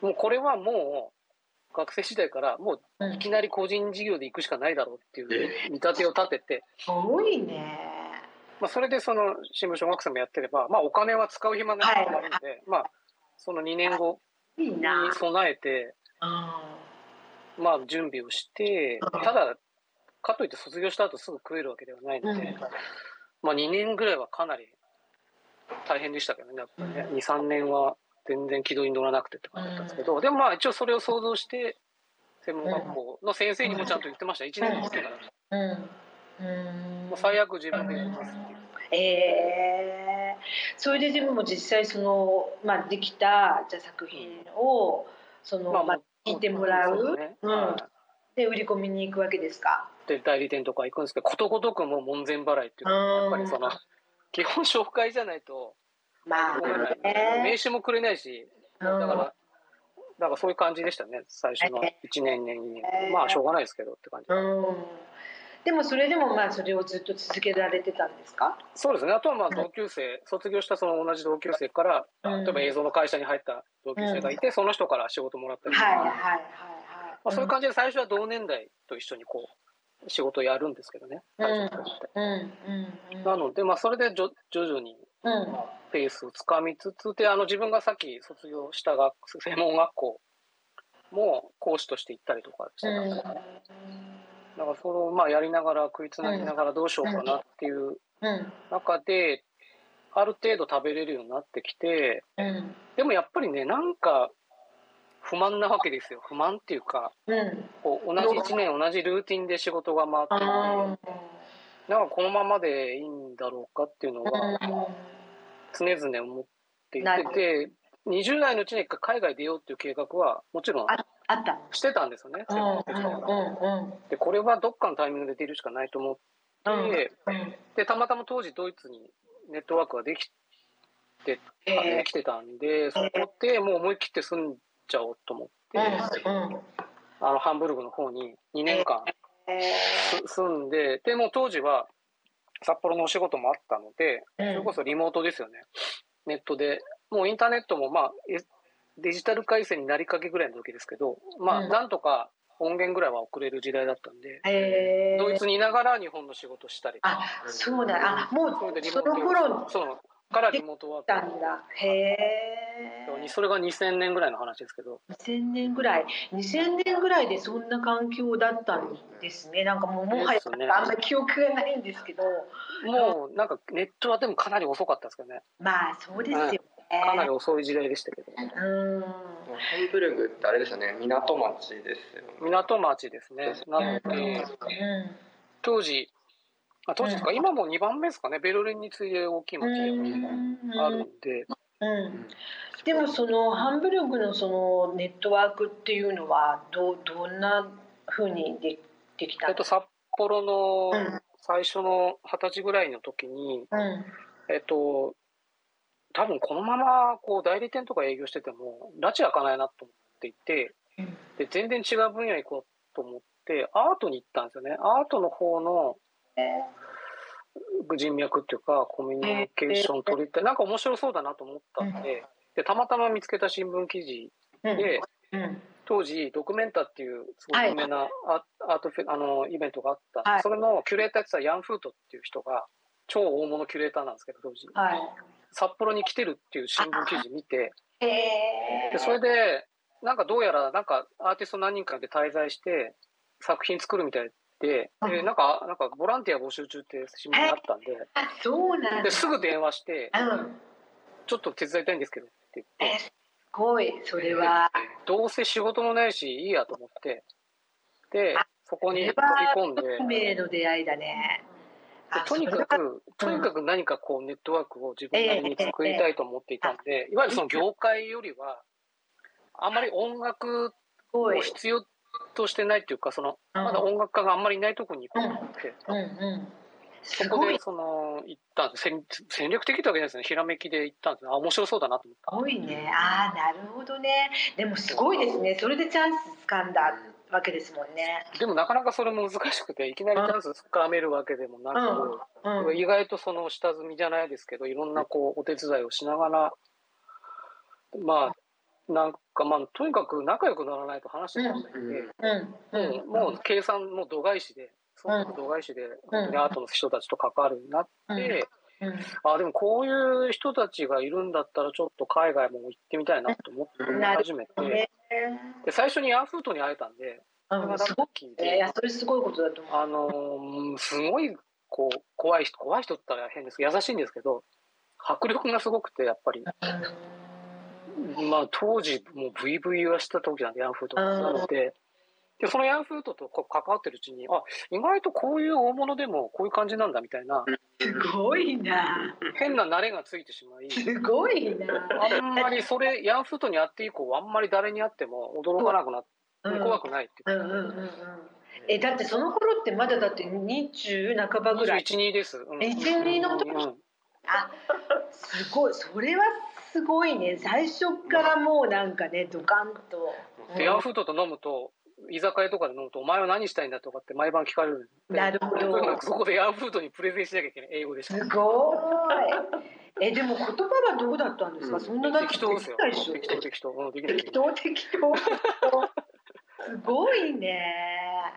Speaker 3: もうこれはもう学生時代からも
Speaker 2: うんう
Speaker 3: うんいきなり個人事業で行くしかないだろうっていう見立てを立てて
Speaker 2: すごいね
Speaker 3: まあ、それでその新聞小学生もやってれば、まあ、お金は使う暇がなくなるんで、まあ、その2年後
Speaker 2: いい
Speaker 3: に
Speaker 2: な
Speaker 3: 備えて、
Speaker 2: うん
Speaker 3: まあ、準備をして
Speaker 2: うん
Speaker 3: ただかといって卒業した後すぐ食えるわけではないので、
Speaker 2: うん
Speaker 3: まあ、2年ぐらいはかなり大変でしたけどねやっぱね23年は全然軌道に乗らなくてって感じだったんですけど、でもまあ一応それを想像して専門学校の先生にもちゃんと言ってました1年生から、
Speaker 2: うんうん
Speaker 3: もう最悪自分でやりますっていう。
Speaker 2: えーそれで自分も実際その、まあ、できたじゃあ作品をその、まあ、聞いてもらう
Speaker 3: そですね
Speaker 2: うん
Speaker 3: はい
Speaker 2: で売り込みに行くわけですか。
Speaker 3: で代理店とか行くんですけどことごとくもう門前払いっていうかやっぱりその基本紹介じゃないと
Speaker 2: まあ
Speaker 3: 覚えない、名
Speaker 2: ね、
Speaker 3: 刺もくれないしだ
Speaker 2: うん
Speaker 3: からなんかそういう感じでしたね最初の
Speaker 2: え
Speaker 3: 1年年2年
Speaker 2: え
Speaker 3: まあしょうがないですけどって感じ
Speaker 2: うん、でもそれでもまあそれをずっと続けられてたんですか。
Speaker 3: そうですねあとはまあ同級生卒業したその同じ同級生から
Speaker 2: うん
Speaker 3: 例えば映像の会社に入った同級生がいてその人から仕事もらったりと
Speaker 2: はいはいはい
Speaker 3: か
Speaker 2: はい。
Speaker 3: まあそういう感じで最初は同年代と一緒にこう仕事をやるんですけどね
Speaker 2: うん
Speaker 3: 最初の時って
Speaker 2: うんうんうん。
Speaker 3: なのでまあそれでじょ徐々に
Speaker 2: うん
Speaker 3: ペースをつかみつつであの自分がさっき卒業した学専門学校も講師として行ったりとかしてたんで、だからそれをまあやりながら食いつなぎながらどうしようかなっていう
Speaker 2: うん
Speaker 3: 中である程度食べれるようになってきて
Speaker 2: うん
Speaker 3: でもやっぱりねなんか不満なわけですよ不満っていうか
Speaker 2: うん。
Speaker 3: こう同じ1年同じルーティンで仕事が回ってて
Speaker 2: あ
Speaker 3: なんかこのままでいいんだろうかっていうの
Speaker 2: ー
Speaker 3: は常々思ってい
Speaker 2: なるほど
Speaker 3: てで20代のうちに一回海外出ようっていう計画はもちろん
Speaker 2: あった。
Speaker 3: してたんですよね。
Speaker 2: うんうん
Speaker 3: でこれはどっかのタイミングで出るしかないと思
Speaker 2: うんうん。
Speaker 3: って、でたまたま当時ドイツにネットワークができてたね、
Speaker 2: ええ
Speaker 3: 来てたんでそこでもう思い切って住んじゃおうと思って、
Speaker 2: うんうん。
Speaker 3: あのハンブルグの方に2年間
Speaker 2: え
Speaker 3: す住んででもう当時は札幌のお仕事もあったので、
Speaker 2: ー
Speaker 3: それこそリモートですよね。ネットで。もうインターネットも、まあ、えデジタル回線になりかけぐらいの時ですけど、ま
Speaker 2: う
Speaker 3: あ、
Speaker 2: ん
Speaker 3: なんとか音源ぐらいは送れる時代だったんで、
Speaker 2: えー
Speaker 3: ドイツにいながら日本の仕事したり、
Speaker 2: あそうだあも
Speaker 3: それ
Speaker 2: う
Speaker 3: でリモ
Speaker 2: そ
Speaker 3: ート
Speaker 2: の頃に来
Speaker 3: そうからリモートワーク
Speaker 2: たんだへえ
Speaker 3: にそれが2000年ぐらいの話ですけど、
Speaker 2: 2000年ぐらい2000年ぐらいでそんな環境だったんですねなんかもうもはや
Speaker 3: ですね
Speaker 2: あんまり記憶がないんですけど
Speaker 3: もうなんかネットはでもかなり遅かったですけどね、
Speaker 2: まあそうですよね
Speaker 3: かなり遅い時代でしたけど、
Speaker 2: うん
Speaker 1: ハンブルグってあれですよね港町ですよね
Speaker 3: 港町ですね。なので、
Speaker 2: うん
Speaker 3: 当時、あ当時ですか、今も2番目ですかね、ベルリンに次いで大きい町があるんで、
Speaker 2: うんでもそのハンブルグのそのネットワークっていうのはどどんな風にでできた
Speaker 3: えっ
Speaker 2: の
Speaker 3: と、札幌の
Speaker 2: うん
Speaker 3: 最初の二十歳ぐらいの時に、
Speaker 2: うん
Speaker 3: えっと、多分このままこう代理店とか営業してても拉致開かないなと思っていて
Speaker 2: うん
Speaker 3: で全然違う分野行こうと思ってアートに行ったんですよねアートの方の
Speaker 2: え
Speaker 3: 人脈っていうかコミュニケーション取りたいなんか面白そうだなと思ったんででたまたま見つけた新聞記事
Speaker 2: ー
Speaker 3: で
Speaker 2: うん
Speaker 3: 当時ドキュメンタっていうすごい有名なアアートフェあのイベントがあった、
Speaker 2: はい
Speaker 3: それのキュレーターやってたヤンフートっていう人が超大物キュレーターなんですけど当時
Speaker 2: はい。
Speaker 3: 札幌に来てるっていう新聞記事見て
Speaker 2: へ
Speaker 3: でそれでなんかどうやらなんかアーティスト何人かで滞在して作品作るみたいででなんかなんかボランティア募集中って新聞にあったんで
Speaker 2: あ、そうなんだ。
Speaker 3: ですぐ電話して
Speaker 2: うん。
Speaker 3: 「ちょっと手伝いたいんですけど」って言って
Speaker 2: え、すごい、それは。
Speaker 3: どうせ仕事もないしいいやと思ってでそこ
Speaker 2: そ
Speaker 3: に
Speaker 2: れ
Speaker 3: 飛
Speaker 2: は
Speaker 3: び込んで
Speaker 2: 運命の出会いだね。
Speaker 3: で
Speaker 2: あ
Speaker 3: とにか
Speaker 2: それは
Speaker 3: くとにかく何かこうネットワークを自分なりに作りたいと思っていたんでいわゆるその業界よりはあんまり音楽
Speaker 2: すごい
Speaker 3: を。必要としてないっていうかその
Speaker 2: うん
Speaker 3: まだ音楽家があんまりいないとこに行こうと思って、
Speaker 2: うんうん。す
Speaker 3: そこ
Speaker 2: ご
Speaker 3: で
Speaker 2: い。
Speaker 3: その行ったんです戦戦略的ってわけじゃないですねひらめきで行ったんですねあ面白そうだなと思っ
Speaker 2: すごいね。ああ、なるほどね。でもすごいですね。それでチャンス掴んだわけですもんね。
Speaker 3: てでもなかなかそれも難しくていきなりチャンスつかめるわけでもなく、
Speaker 2: うん。うん
Speaker 3: 意外とその下積みじゃないですけどいろんなこうお手伝いをしながらまあなんかまあとにかく仲良くならないと話してたんだけど、
Speaker 2: うん。うん。
Speaker 3: もう計算も度外視ですごく度外視で、本当にアートの人たちと関わるようになって。
Speaker 2: うん。うん
Speaker 3: あでもこういう人たちがいるんだったらちょっと海外も行ってみたいなと思って
Speaker 2: なる
Speaker 3: 始めて、
Speaker 2: ね。
Speaker 3: で最初にヤンフートに会えたんで、それ
Speaker 2: う
Speaker 3: が
Speaker 2: ん。
Speaker 3: ラ
Speaker 2: す
Speaker 3: ッ
Speaker 2: ごい
Speaker 3: キー
Speaker 2: ね。い
Speaker 3: で
Speaker 2: や、それすごいことだと思う。
Speaker 3: あのーすごいこう怖い人怖い人って言ったら変です優しいんですけど迫力がすごくてやっぱり、まあ、当時もう VV はした時なんでヤンフートが
Speaker 2: うん
Speaker 3: なので。でそのヤンフートとこう関わってるうちにあ意外とこういう大物でもこういう感じなんだみたいな
Speaker 2: すごいな。
Speaker 3: 変な慣れがついてしまい
Speaker 2: すごいな。
Speaker 3: あんまりそれヤンフートに会って以降あんまり誰に会っても驚かなくなって、
Speaker 2: うん
Speaker 3: 怖くないって
Speaker 2: うん
Speaker 3: いう
Speaker 2: うんうんうん。えだってその頃ってまだだって二十半ばぐらい。
Speaker 3: 112です、うん
Speaker 2: 112の時
Speaker 3: うん
Speaker 2: あすごいそれはすごいね最初からもうなんかねドカンと。
Speaker 3: でヤンフートと飲むと居酒屋とかで飲むと「お前は何したいんだ?」とかって毎晩聞かれるんで
Speaker 2: なるほど
Speaker 3: とにかくそこでヤンフートにプレゼンしなきゃいけない英語でし
Speaker 2: す
Speaker 3: か
Speaker 2: ごい。えでも言葉はどうだったんですか、
Speaker 1: うん
Speaker 2: そんなだって
Speaker 3: 適当ですよ
Speaker 2: でしょ
Speaker 3: 適当適当うんできない
Speaker 2: 適当適当すごいね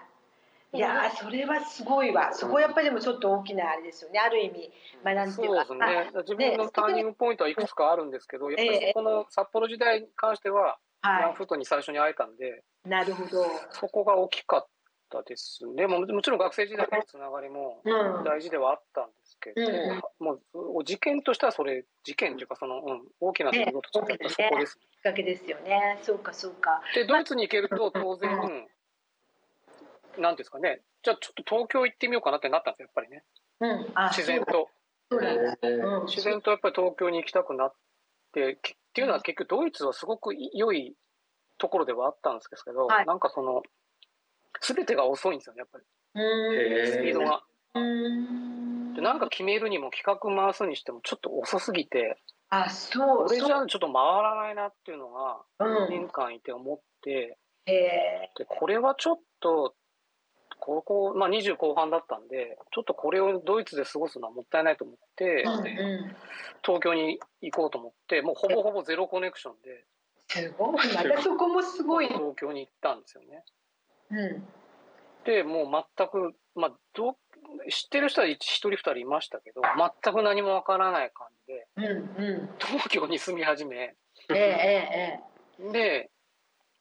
Speaker 2: いやーそれはすごいわそこやっぱりでもちょっと大きなあれですよねある意味まあなんていうか
Speaker 3: そうですね自分のターニングポイントはいくつかあるんですけどやっぱりそこの札幌時代に関してはヤ
Speaker 2: は
Speaker 3: ンフートに最初に会えたんで
Speaker 2: いなるほど
Speaker 3: そこが大きかったですねもうもちろん学生時代のつながりも
Speaker 2: うん
Speaker 3: 大事ではあったんですけど、
Speaker 2: うん
Speaker 3: もうお事件としてはそれ事件というかその、うん、大きな出来事としてはやっぱそこですね、
Speaker 2: きっかけですよねそうかそうか
Speaker 3: でドイツに行けると当然、なんていうんですかねじゃあちょっと東京行ってみようかなってなったんですよやっぱりね
Speaker 2: うんあ
Speaker 3: 自然と
Speaker 2: そうなんだうん
Speaker 3: 自然とやっぱり東京に行きたくなってきっていうのは結局ドイツはすごく良いところではあったんですけど、
Speaker 2: はい
Speaker 3: なんかその全てが遅いんですよねやっぱり
Speaker 2: うん
Speaker 1: へ
Speaker 3: スピードが。
Speaker 2: うん
Speaker 3: でなんか決めるにも企画回すにしてもちょっと遅すぎて。
Speaker 2: あそう
Speaker 3: これじ
Speaker 2: そう
Speaker 3: ゃちょっと回らないなっていうのが
Speaker 2: うん
Speaker 3: 2年間いて思って、
Speaker 2: へえ
Speaker 3: でこれはちょっとここ、まあ、20後半だったんでちょっとこれをドイツで過ごすのはもったいないと思って、
Speaker 2: うんうん
Speaker 3: 東京に行こうと思ってもうほぼほぼゼロコネクションです
Speaker 2: ごいまたそこもすごい
Speaker 3: 東京に行ったんですよね。
Speaker 2: うん
Speaker 3: でもう全く、まあ、どう知ってる人は一一人二人いましたけど全く何もわからない感じで
Speaker 2: うんうん
Speaker 3: 東京に住み始め
Speaker 2: ええええ
Speaker 3: で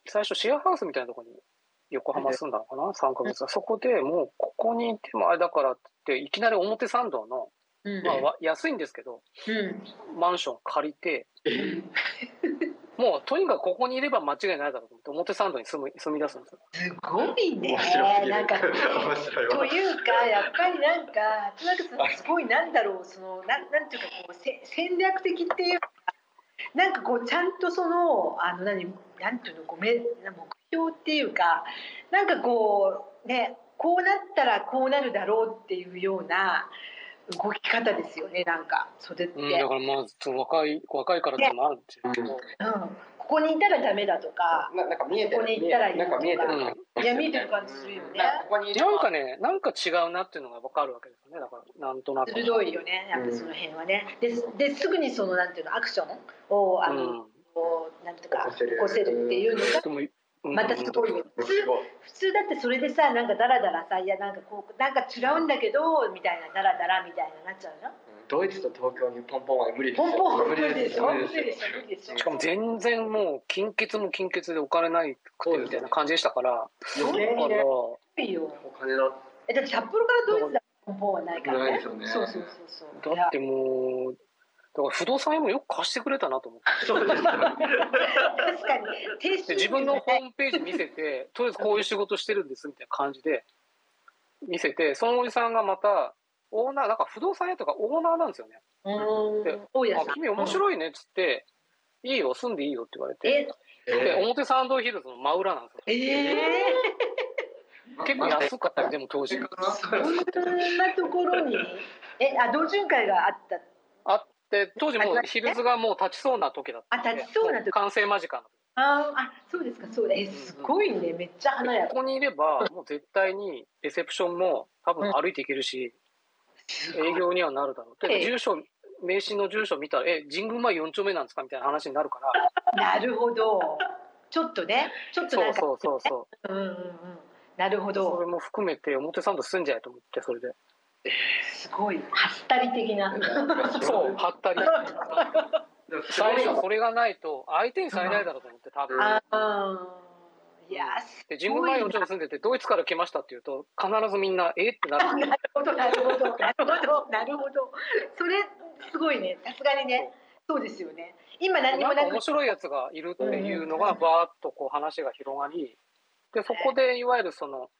Speaker 3: 最初シェアハウスみたいなとこに横浜住んだのかな3ヶ月はそこでもうここにいてもあれだからっていきなり表参道の、
Speaker 2: ええうん
Speaker 3: まあ、わ安いんですけど
Speaker 2: うん
Speaker 3: マンション借りて もうとにかくここにいれば間違いないだろうと思って表参道に住む住み出すんですよ
Speaker 2: すごいね
Speaker 1: 面白すぎる。
Speaker 2: なんか
Speaker 1: 面白い
Speaker 2: と
Speaker 1: わ。
Speaker 2: いうかやっぱりなんかなんかそのすごいなんだろうそのなんなんていうかこうせ戦略的っていうかなんかこうちゃんとそのあの何なんていうのこうめ目標っていうかなんかこうねこうなったらこうなるだろうっていうような動き方ですよねなんかそれって、う
Speaker 3: うんん、だからまあちょっと若い若いからってのもあるんですけど、
Speaker 2: ここにいたらダメだとか
Speaker 1: ななんか見えてる。
Speaker 2: ここに行ったらいい
Speaker 1: なんか見えてる。
Speaker 3: うん
Speaker 2: いや見えてる感じするよね
Speaker 1: なんかここにいれば
Speaker 3: なんかねなんか違うなっていうのが分かるわけですよねだからなんとなく。
Speaker 2: 鋭いよねやっぱその辺はね、でですぐにそのなんていうのアクションをあの、
Speaker 3: うん
Speaker 2: こうなんとか
Speaker 1: 起こせる
Speaker 2: 起こせるっていうのが
Speaker 3: でも
Speaker 2: またすごいよ普通普通だってそれでさなんかダラダラさいやなんかこうなんか違うんだけどみたいなダラダラみたいななっちゃうの
Speaker 4: ドイツと東京にポンポンは無理です
Speaker 2: ポンポン無
Speaker 4: 無
Speaker 2: 理
Speaker 4: 理
Speaker 2: で
Speaker 4: で
Speaker 2: し
Speaker 4: す
Speaker 2: ょ
Speaker 4: よ
Speaker 2: 無理でしょ無理でしょ
Speaker 3: しかも全然もう金欠も金欠でお金ないくてみたいな感じでしたから
Speaker 4: 余計
Speaker 3: だ
Speaker 4: に
Speaker 3: から
Speaker 4: ね
Speaker 2: 無理よ
Speaker 4: お金の
Speaker 2: えだって札幌からドイツだとポンポンはないから
Speaker 4: ない
Speaker 2: ね
Speaker 4: ですよね
Speaker 2: そうそうそうそうい
Speaker 3: だ
Speaker 2: や
Speaker 3: ってもうだから不動産屋もよく貸してくれたなと思って
Speaker 4: そうですよね
Speaker 2: 確かに低
Speaker 3: で
Speaker 2: 収入
Speaker 3: 自分のホームページ見 せてとりあえずこういう仕事してるんですみたいな感じで見せてそのおじさんがまたオーナーなんか不動産屋とかオーナーなんですよね
Speaker 2: うーん大
Speaker 3: 「
Speaker 2: 家さ
Speaker 3: あ
Speaker 2: ん
Speaker 3: 君面白いね」っつって「いいよ住んでいいよ」って言われて
Speaker 2: え
Speaker 3: で
Speaker 4: え
Speaker 3: 表参道ヒルズの真裏なんですよ
Speaker 2: ええ
Speaker 4: ー
Speaker 3: 結構安かったよでも当時
Speaker 2: そんなところにえあ同潤会があった
Speaker 3: あって当時もうヒルズがもう立ちそうな時だったんで
Speaker 2: あ立ちそうな時
Speaker 3: 完成間近の
Speaker 2: あーあそうですかそうだえすごいねめっちゃ華や
Speaker 3: こ
Speaker 2: か
Speaker 3: こにいればもう絶対にレセプションも多分歩いていけるし、営業にはなるだろう
Speaker 2: え
Speaker 3: で
Speaker 2: え
Speaker 3: 住所名刺の住所見たら「え神宮前4丁目なんですか?」みたいな話になるから
Speaker 2: なるほどちょっとねちょっと
Speaker 3: そ
Speaker 2: なん
Speaker 3: う
Speaker 2: か
Speaker 3: そうそうそう
Speaker 2: うんうんうんなるほ
Speaker 3: そ
Speaker 2: ど
Speaker 3: れも含めて表参道住んじゃえと思ってそれです
Speaker 2: ごいはったり的な
Speaker 3: そうはったり
Speaker 4: でもすごい
Speaker 3: 最初それがないと相手にされないだろうと思って多分
Speaker 2: ああいやす
Speaker 3: で神宮前4丁目住んでてドイツから来ましたって言うと必ずみんな「えっ?」ってなる
Speaker 2: なるほどなるほどなるほどなるほどそれすごいねさすがにねそうですよね今何に
Speaker 3: な
Speaker 2: も
Speaker 3: んか
Speaker 2: な
Speaker 3: 面
Speaker 2: く
Speaker 3: 白いやつがいるっていうのがバーッとこう話が広がりでそこでいわゆるその、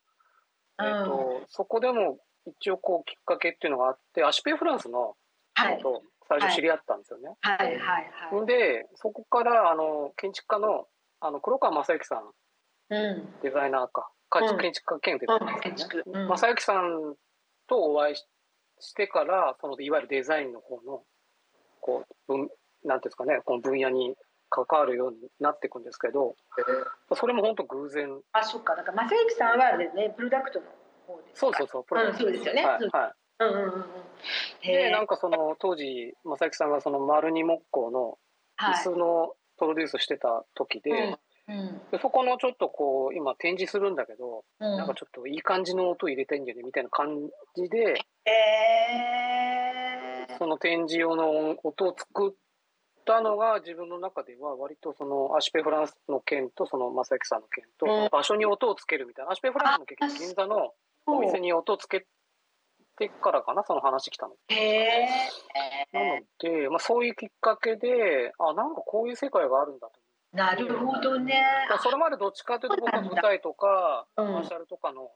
Speaker 3: えっ
Speaker 2: うん
Speaker 3: とそこでも一応こうきっかけっていうのがあってアシペイフランスの
Speaker 2: は
Speaker 3: 人
Speaker 2: い
Speaker 3: と最初知り合ったんですよね。
Speaker 2: はいはいはい
Speaker 3: でそこからあの建築家のあの黒川正幸さん
Speaker 2: うん
Speaker 3: デザイナーか
Speaker 2: うん
Speaker 3: 建築家兼デザイナー
Speaker 2: 建
Speaker 3: ですよ
Speaker 2: 築
Speaker 3: ね。正幸さんとお会いししてからそのいわゆるデザインの方のこう分なんていうんですかねこの分野に関わるようになっていくんですけどそれも本当偶然
Speaker 2: あそっかだから正幸さんはあれねプロダクトの方です
Speaker 3: そう
Speaker 2: か
Speaker 3: そうそうプ
Speaker 2: うんそうですよね
Speaker 3: はい
Speaker 2: そう
Speaker 3: は
Speaker 2: うんうんうんうん
Speaker 3: い、で
Speaker 2: へ
Speaker 3: な
Speaker 2: ー
Speaker 3: んかその当時正幸さんがその丸二木工の
Speaker 2: はい
Speaker 3: 椅子のプロデュースしてた時で,、
Speaker 2: うん
Speaker 3: でそこのちょっとこう今展示するんだけど、
Speaker 2: うん
Speaker 3: なんかちょっといい感じの音入れたいんだよねみたいな感じで
Speaker 2: えー
Speaker 3: その展示用の音を作ったのが自分の中では割とそのアシペフランスの件とその正幸さんの件と、
Speaker 2: うん
Speaker 3: 場所に音をつけるみたいなアシペフランスも結局銀座のお店に音をつけてからかなその話来たの。
Speaker 2: へ
Speaker 3: なので、まあ、そういうきっかけであなんかこういう世界があるんだと、
Speaker 2: ーなるほどね
Speaker 3: まあ、それまでどっちかというと僕は舞台とか
Speaker 2: う
Speaker 3: コマー
Speaker 2: ん
Speaker 3: シャルとかの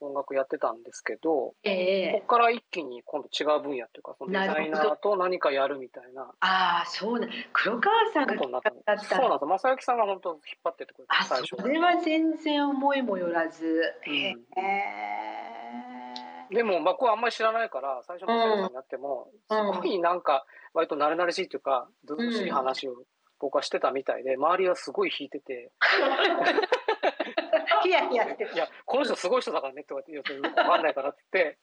Speaker 3: 音楽やってたんですけど、こ
Speaker 2: えー
Speaker 3: こから一気に今度違う分野というかそのデザイナ
Speaker 2: なる
Speaker 3: ーと何かやるみたいな
Speaker 2: ああそうなん黒川さんが
Speaker 3: ことになった
Speaker 2: だった
Speaker 3: そうなんです正行さんが本当引っ張ってってくれ
Speaker 2: あ
Speaker 3: た最
Speaker 2: そ
Speaker 3: 初
Speaker 2: れは全然思いもよらず
Speaker 3: うん
Speaker 2: へえ
Speaker 3: でも、まあ、こうあんまり知らないから最初の正行さんになっても、
Speaker 2: うん
Speaker 3: すごいなんか割と慣れ慣れしいというかずうずうしい話を僕はしてたみたいで周りはすごい引いてて。
Speaker 2: ヒヤヒヤして
Speaker 3: いや、この人すごい人だからねって言われて、よくわかんないからって言って、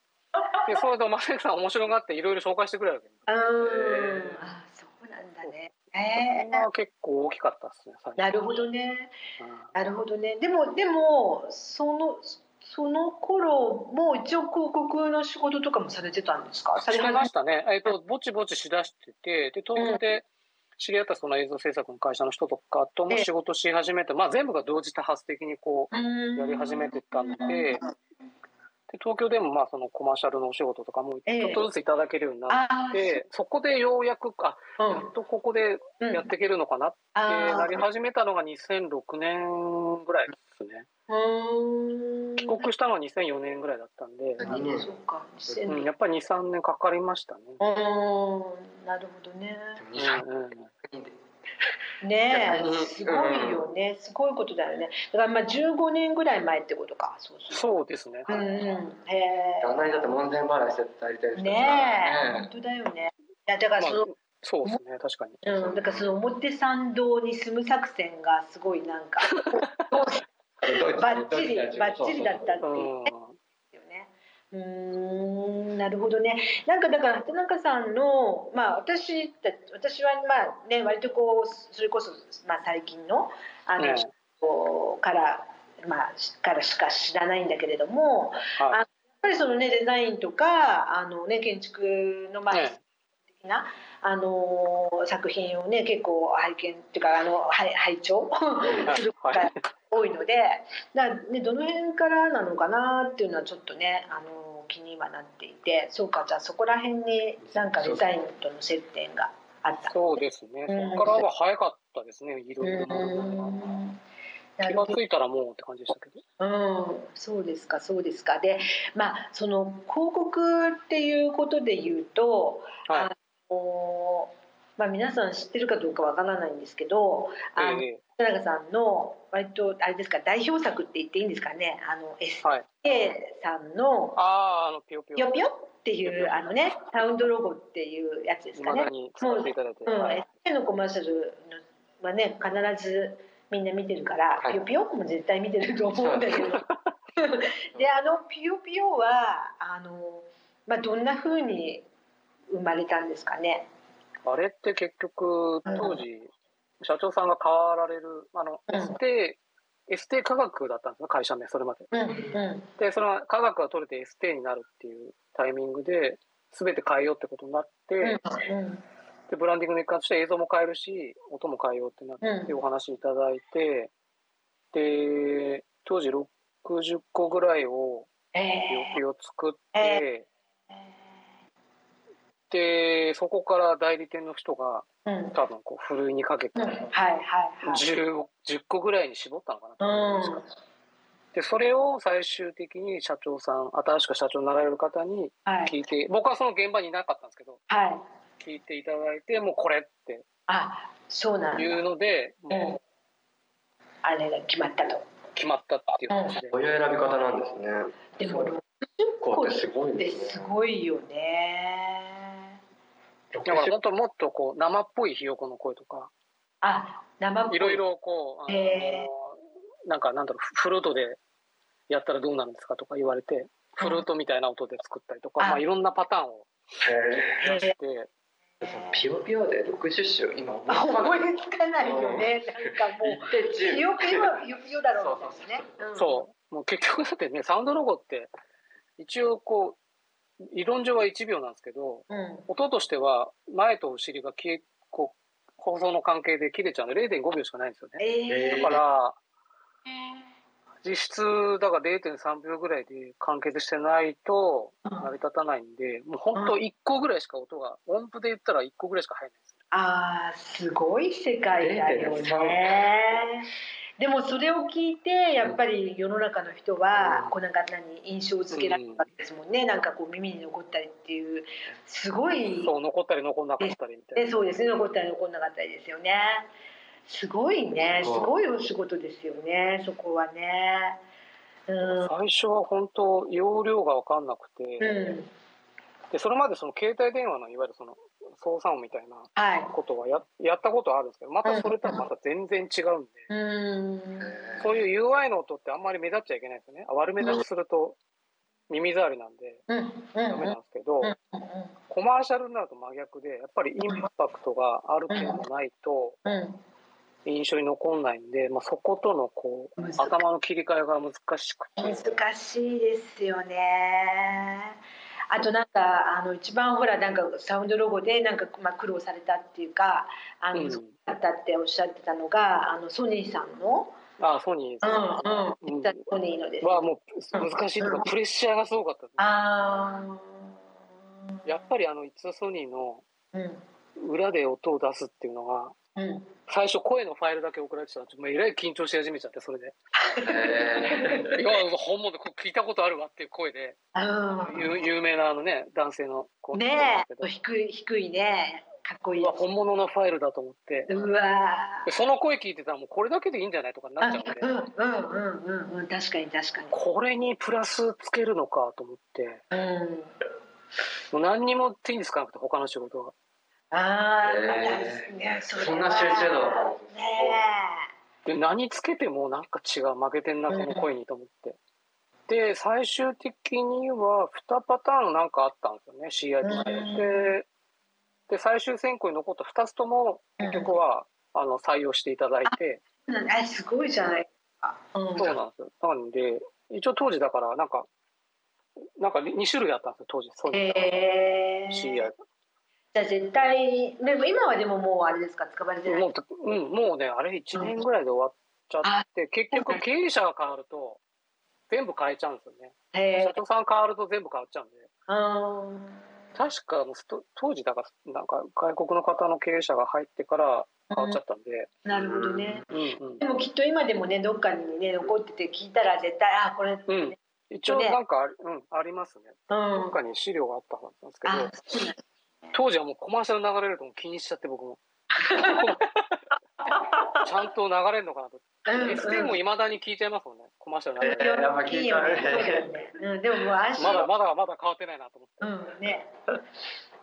Speaker 3: で、それで、マセさん面白がっていろいろ紹介してくれるわけ。
Speaker 2: うーん
Speaker 4: えー
Speaker 2: あそうなんだね
Speaker 3: そ
Speaker 2: え
Speaker 3: れ
Speaker 2: ー
Speaker 3: が結構大きかったですね、最初
Speaker 2: なるほどね
Speaker 3: うん
Speaker 2: なるほどね。でもでもそのその頃も一応広告の仕事とかもされてたんですか？され
Speaker 3: しててま
Speaker 2: まし
Speaker 3: したね。えっ、と、ぼちぼちしだしてて、で、東京で知り合ったその映像制作の会社の人とかとも仕事し始めて、まあ全部が同時多発的にこ
Speaker 2: た。
Speaker 3: う、や
Speaker 2: や
Speaker 3: り始めてたので、で、東京でもまあそのコマーシャルのお仕事とかもちょっとずついただけるようにな
Speaker 2: ああ
Speaker 3: って、そこでようやく、あ、
Speaker 2: そう
Speaker 3: やっとここで
Speaker 2: うん
Speaker 3: やっていけるのかな
Speaker 2: あ
Speaker 3: で
Speaker 2: あ
Speaker 3: なり始めたのが2006年ぐらいですね
Speaker 2: うん
Speaker 3: 帰国したのは2004年ぐらいだったんで、
Speaker 2: 何年そうか2000
Speaker 3: うん、
Speaker 2: 年
Speaker 3: やっぱり23年かかりましたね、
Speaker 2: うーんなるほどね。
Speaker 3: う
Speaker 4: 二百
Speaker 3: んうん、
Speaker 4: 人で逆
Speaker 2: ねえ
Speaker 4: に
Speaker 2: すごいよねすごいことだよね。だからまあ15年ぐらい前ってことか。そうそう。
Speaker 3: そうですね、
Speaker 2: うんうんへ
Speaker 4: あんなにだって門前払いしてたりたいで
Speaker 2: え
Speaker 4: す
Speaker 2: ねえ
Speaker 4: ね
Speaker 2: 本当だよね。いやだか
Speaker 3: まあ
Speaker 2: らその、
Speaker 3: そうですね確かに
Speaker 2: うん、だからその表参道に住む作戦がすごいなんか
Speaker 4: ドイツ
Speaker 2: バッチリ
Speaker 4: ドイツ
Speaker 2: バッチリだったって
Speaker 3: う
Speaker 2: いう
Speaker 3: ん
Speaker 2: ね。うーんなるほどね。なんかだから畑中さんのまあ私た私はまあね割とこうそれこそまあ最近のあの、
Speaker 3: ね
Speaker 2: こうから,、まあ、しからしか知らないんだけれども、
Speaker 3: はい
Speaker 2: あやっぱりその、ね、デザインとかあの、ね、建築のまあ
Speaker 3: ええ
Speaker 2: 的な、あの作品をね結構拝見っていうかあの拝拝聴することが多いのでだからね、どの辺からなのかなっていうのはちょっとねあの気にはなっていてそうかじゃあそこら辺になんかデザインとの接点があった。
Speaker 3: そうですね、
Speaker 2: うん
Speaker 3: そこからは早かったですね、いろいろな
Speaker 2: う
Speaker 3: ものが。
Speaker 2: んな
Speaker 3: 気
Speaker 2: るほ
Speaker 3: が
Speaker 2: ど
Speaker 3: ついたらもうって感じでしたけど。
Speaker 2: うん、そうですかそうですかでまあその広告っていうことで言うと、
Speaker 3: はい
Speaker 2: あのまあ、皆さん知ってるかどうかわからないんですけどあの、
Speaker 3: ええ
Speaker 2: 田中さんの割とあれですか代表作って言っていいんですかねあの
Speaker 3: はい。
Speaker 2: SK さんの
Speaker 3: ああ、あの、ぴよぴ
Speaker 2: 「
Speaker 3: よ。
Speaker 2: ぴよぴよ」っていうあのねサウンドロゴっていうやつです
Speaker 3: い
Speaker 2: か
Speaker 3: ま
Speaker 2: ね
Speaker 3: だ。に使っていただいて。
Speaker 2: うん、
Speaker 3: はい
Speaker 2: SK のコマーシャルのはね必ずみんな見てるから、
Speaker 4: はい
Speaker 2: ピヨピヨも絶対見てると思うんだけど であのピヨピヨはあの、まあ、どんな風に生まれたんですかね。
Speaker 3: あれって結局、当時、社長さんが変わられる、あの、
Speaker 2: うん
Speaker 3: エステ、エステ科学だったんですね、会社名、それまで。
Speaker 2: うんうん
Speaker 3: で、その科学が取れてエステになるっていうタイミングで、全て変えようってことになって、
Speaker 2: うん
Speaker 3: で、ブランディングの一環として映像も変えるし、音も変えようってなって
Speaker 2: うん
Speaker 3: ってお話いただいて、で、当時60個ぐらいを
Speaker 2: え
Speaker 3: ピヨ
Speaker 2: え
Speaker 3: ピヨ作って、
Speaker 2: ー
Speaker 3: で、そこから代理店の人が
Speaker 2: うんうん
Speaker 3: 多分こう、ふるいにかけて、
Speaker 2: はいはいはい。
Speaker 3: 10, 10個ぐらいに絞ったのか
Speaker 2: う
Speaker 3: な。
Speaker 2: ん
Speaker 3: で、それを最終的に社長さん、新しく社長になられる方に
Speaker 2: はい
Speaker 3: 聞いて、僕はその現場にいなかったんですけど、
Speaker 2: はい。
Speaker 3: 聞いていただいて、もうこれって
Speaker 2: あそうなんだ
Speaker 3: いうので、も
Speaker 2: あれが決まったと。
Speaker 3: う決まったっていう感じで。
Speaker 4: 親選び方なんですね。
Speaker 2: でも60
Speaker 4: こ
Speaker 2: 個
Speaker 4: うやってすごい
Speaker 2: って
Speaker 4: です
Speaker 2: す
Speaker 4: ね。
Speaker 2: ごいよね。
Speaker 3: だからもっともっとこう生っぽいひよこの声とか
Speaker 2: あ、生っぽ
Speaker 3: いろい。ろこうあの
Speaker 2: へ
Speaker 3: なんかなんだろうフルートでやったらどうなるんですかとか言われてフルートみたいな音で作ったりとか、
Speaker 2: あ
Speaker 3: まあ、いろんなパターンを
Speaker 4: え
Speaker 3: 出して
Speaker 4: ーそのピヨピヨで60種今思い
Speaker 2: あ
Speaker 4: つか
Speaker 2: 思
Speaker 4: ないい。
Speaker 2: つかないよね。なんかもう。
Speaker 4: で10
Speaker 2: ピヨピヨはピヨピヨだろうみたいなね。
Speaker 3: そうもう結局だってねサウンドロゴって一応こう理論上は1秒なんですけど
Speaker 2: うん。うん。
Speaker 3: 音としては前とお尻が消えこう放送の関係で切れちゃうので0.5秒しかないんですよね。
Speaker 2: え
Speaker 4: え
Speaker 3: だから、実質、だから0.3秒ぐらいで完結してないと
Speaker 2: うん
Speaker 3: 成り立たないんで、もう本当1個ぐらいしか音が、音符で言ったら1個ぐらいしか入らないんですよ。
Speaker 2: あーすごい世界だよね。でもそれを聞いてやっぱり世の中の人は
Speaker 4: うん
Speaker 2: こうなんか何印象付けられたわけですもんね。なんかこう耳に残ったりっていうすごい
Speaker 3: そう、残ったり残んなかったりみたい
Speaker 2: え
Speaker 3: な。
Speaker 2: そうですね残ったり残んなかったりですよねすごいねす
Speaker 4: すごい
Speaker 2: ごいお仕事ですよねそこはねうん
Speaker 3: 最初は本当、容量が分かんなく
Speaker 2: う
Speaker 3: て、
Speaker 2: ん
Speaker 3: で、それまでその携帯電話のいわゆるその操作音みたいな
Speaker 2: はい
Speaker 3: ことはややったことはあるんですけど、またそれとはまた全然違うんで、
Speaker 2: うん
Speaker 3: そういう UI の音ってあんまり目立っちゃいけないですよね。悪目立ちすると耳障りなんで
Speaker 2: うんう
Speaker 3: ダ
Speaker 2: ん
Speaker 3: メなんですけど、コマーシャルになると真逆で、やっぱりインパクトがあるけどないと
Speaker 2: うん
Speaker 3: 印象に残んないんで、まあ、そことのこう
Speaker 2: 難しい
Speaker 3: 頭の切り替えが難しくて、
Speaker 2: 難しいですよねあとなんかあの一番ほらなんかサウンドロゴでなんか、まあ、苦労されたっていうかあの、
Speaker 3: うん
Speaker 2: そうだったっておっしゃってたのがあのソニーさんの、
Speaker 3: あソニー
Speaker 2: うんうん、ソニーのですね
Speaker 3: はもう難しいと
Speaker 2: うん
Speaker 3: か、プレッシャーがすごかったです
Speaker 2: ああ。
Speaker 3: やっぱりあの、いつソニーの
Speaker 2: うん。
Speaker 3: 裏で音を出すっていうのが、
Speaker 2: うん。
Speaker 3: 最初声のファイルだけ送られてたら、もうえらい緊張し始めちゃって、それで。
Speaker 4: え
Speaker 3: いや、本物でこれ聞いたことあるわっていう声で、
Speaker 2: あー
Speaker 3: 有有名なあのね、男性の子
Speaker 2: ねえ、低い、低いね。かっこいい。
Speaker 3: うわ本物のファイルだと思って、
Speaker 2: うわ
Speaker 3: でその声聞いてたらもうこれだけでいいんじゃないとかに
Speaker 2: ー。
Speaker 3: なっちゃうんで、
Speaker 2: うんうんうんうんうん確かに確かに。
Speaker 3: これにプラスつけるのかと思って
Speaker 2: うん。
Speaker 3: もう何にも手につかなくて他の仕事は
Speaker 2: ああ、
Speaker 4: へー
Speaker 2: ねそれは
Speaker 4: そんな集中度
Speaker 2: ね
Speaker 3: で何つけてもなんか違う負けてんなこの声にと思って、で最終的には2パターンなんかあったんですよね CI とかで、
Speaker 2: うん
Speaker 3: でで最終選考に残った2つとも
Speaker 2: え。
Speaker 3: 結局は、あの採用していただいて
Speaker 2: うんえすごいじゃないか。うん
Speaker 3: そうなんですよ。なんで、一応当時だから、なんか、なんか2種類あったんですよ、当時。そういう
Speaker 2: へえ。
Speaker 3: 知り合い
Speaker 2: じゃあ絶対でも今はでももうあれですか使われてない。
Speaker 3: もうと、うん、もうね、あれ1年ぐらいで終わっちゃって、結局経営者が変わると、全部変えちゃうんですよね。
Speaker 2: へ
Speaker 3: 社
Speaker 2: え。
Speaker 3: 長さん変わると全部変わっちゃうんで。
Speaker 2: うん。
Speaker 3: 確かあのスト当時だからなんか外国の方の経営者が入ってから変わっちゃったんで、
Speaker 2: なるほどね。
Speaker 3: うんうん
Speaker 2: でもきっと今でもねどっかにね残ってて聞いたら絶対あこれ。う
Speaker 3: うん一応なんかあり,、うん、ありますねどっ
Speaker 2: ん。
Speaker 3: かに資料があったはずなんですけ
Speaker 2: あ
Speaker 3: ど、
Speaker 2: そうなんだ
Speaker 3: 当時はもうコマーシャル流れるともう気にしちゃって僕 もちゃんと流れるのかなと、
Speaker 2: うんうん
Speaker 3: SD もいまだに聞いちゃいますもんねコマーシャル流れる
Speaker 4: えーやっぱ聞いたね
Speaker 2: いいよねそうだよねうんでももう安心
Speaker 3: まだまだまだ変わってないなと思って
Speaker 2: うんね。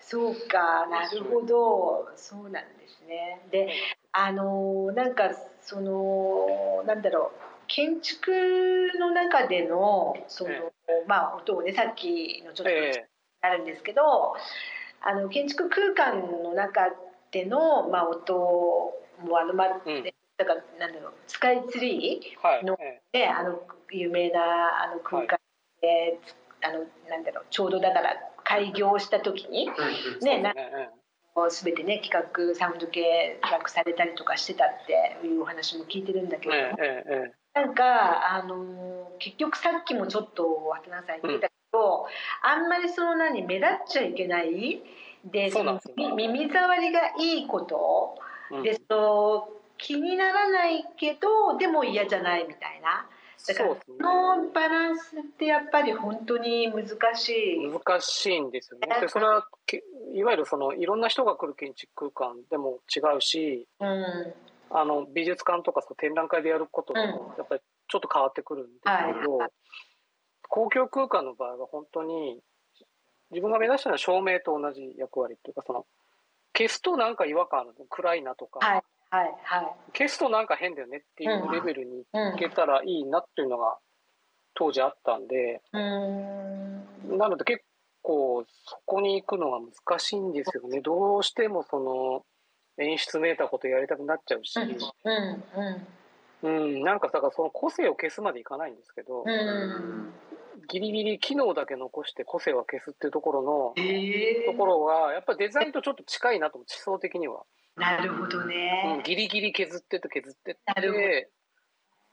Speaker 2: そうか、なるほど、そうなんですね。で、あのーなんかそのなんだろう。建築の中でのその、
Speaker 3: え
Speaker 2: まあ音をねさっきのちょっと
Speaker 3: え
Speaker 2: あるんですけど、あの建築空間の中でのまあ音もあのまあ、
Speaker 3: うん
Speaker 2: だからなんだろうスカイツリー
Speaker 3: えはい
Speaker 2: の
Speaker 3: ええ
Speaker 2: ね、あの有名なあの空間で、あのなんだろうちょうどだから開業した時に、ね、なんか
Speaker 3: ねえ
Speaker 2: こう全てね企画サウンド系企画されたりとかしてたっていうお話も聞いてるんだけ
Speaker 3: え
Speaker 2: れども、
Speaker 3: ええええ
Speaker 2: なんかあのー結局さっきもちょっと渡辺さん言ってたけど、あんまりその何目立っちゃいけないで
Speaker 3: そうなんですよ
Speaker 2: その耳障りがいいこと
Speaker 3: えうん
Speaker 2: でその気にならないけどでも嫌じゃないみたいな。だから
Speaker 3: そうです
Speaker 2: そ
Speaker 3: ね
Speaker 2: のバランスってやっぱり本当に難しい。
Speaker 3: 難しいんですよね。でそれはけいわゆるそのいろんな人が来る建築空間でも違うし
Speaker 2: うん、
Speaker 3: あの美術館とかその展覧会でやることもやっぱりちょっと変わってくるんですけど、
Speaker 2: は
Speaker 3: 公共空間の場合は本当に自分が目指したのは照明と同じ役割っていうかその消すとなんか違和感ある暗いなとか、
Speaker 2: はいはいは
Speaker 3: 消すとなんか変だよねっていうレベルに
Speaker 2: い。うん
Speaker 3: いけたらいいなっていうのが当時あったんで。
Speaker 2: うーん
Speaker 3: なので結構そこに行くのが難しいんですよね。どうしてもその演出めいたことやりたくなっちゃうし、
Speaker 2: うんうん
Speaker 3: うん、なんかだからその個性を消すまでいかないんですけど、
Speaker 2: うん
Speaker 3: ギリギリ機能だけ残して個性は消すっていうところ
Speaker 2: え
Speaker 3: のと
Speaker 2: ー
Speaker 3: ころがやっぱデザインとちょっと近いなと思って思想的には、
Speaker 2: なるほど
Speaker 3: う
Speaker 2: ね
Speaker 3: ん、。ギリギリ削ってって削ってっ
Speaker 2: なるほど
Speaker 3: て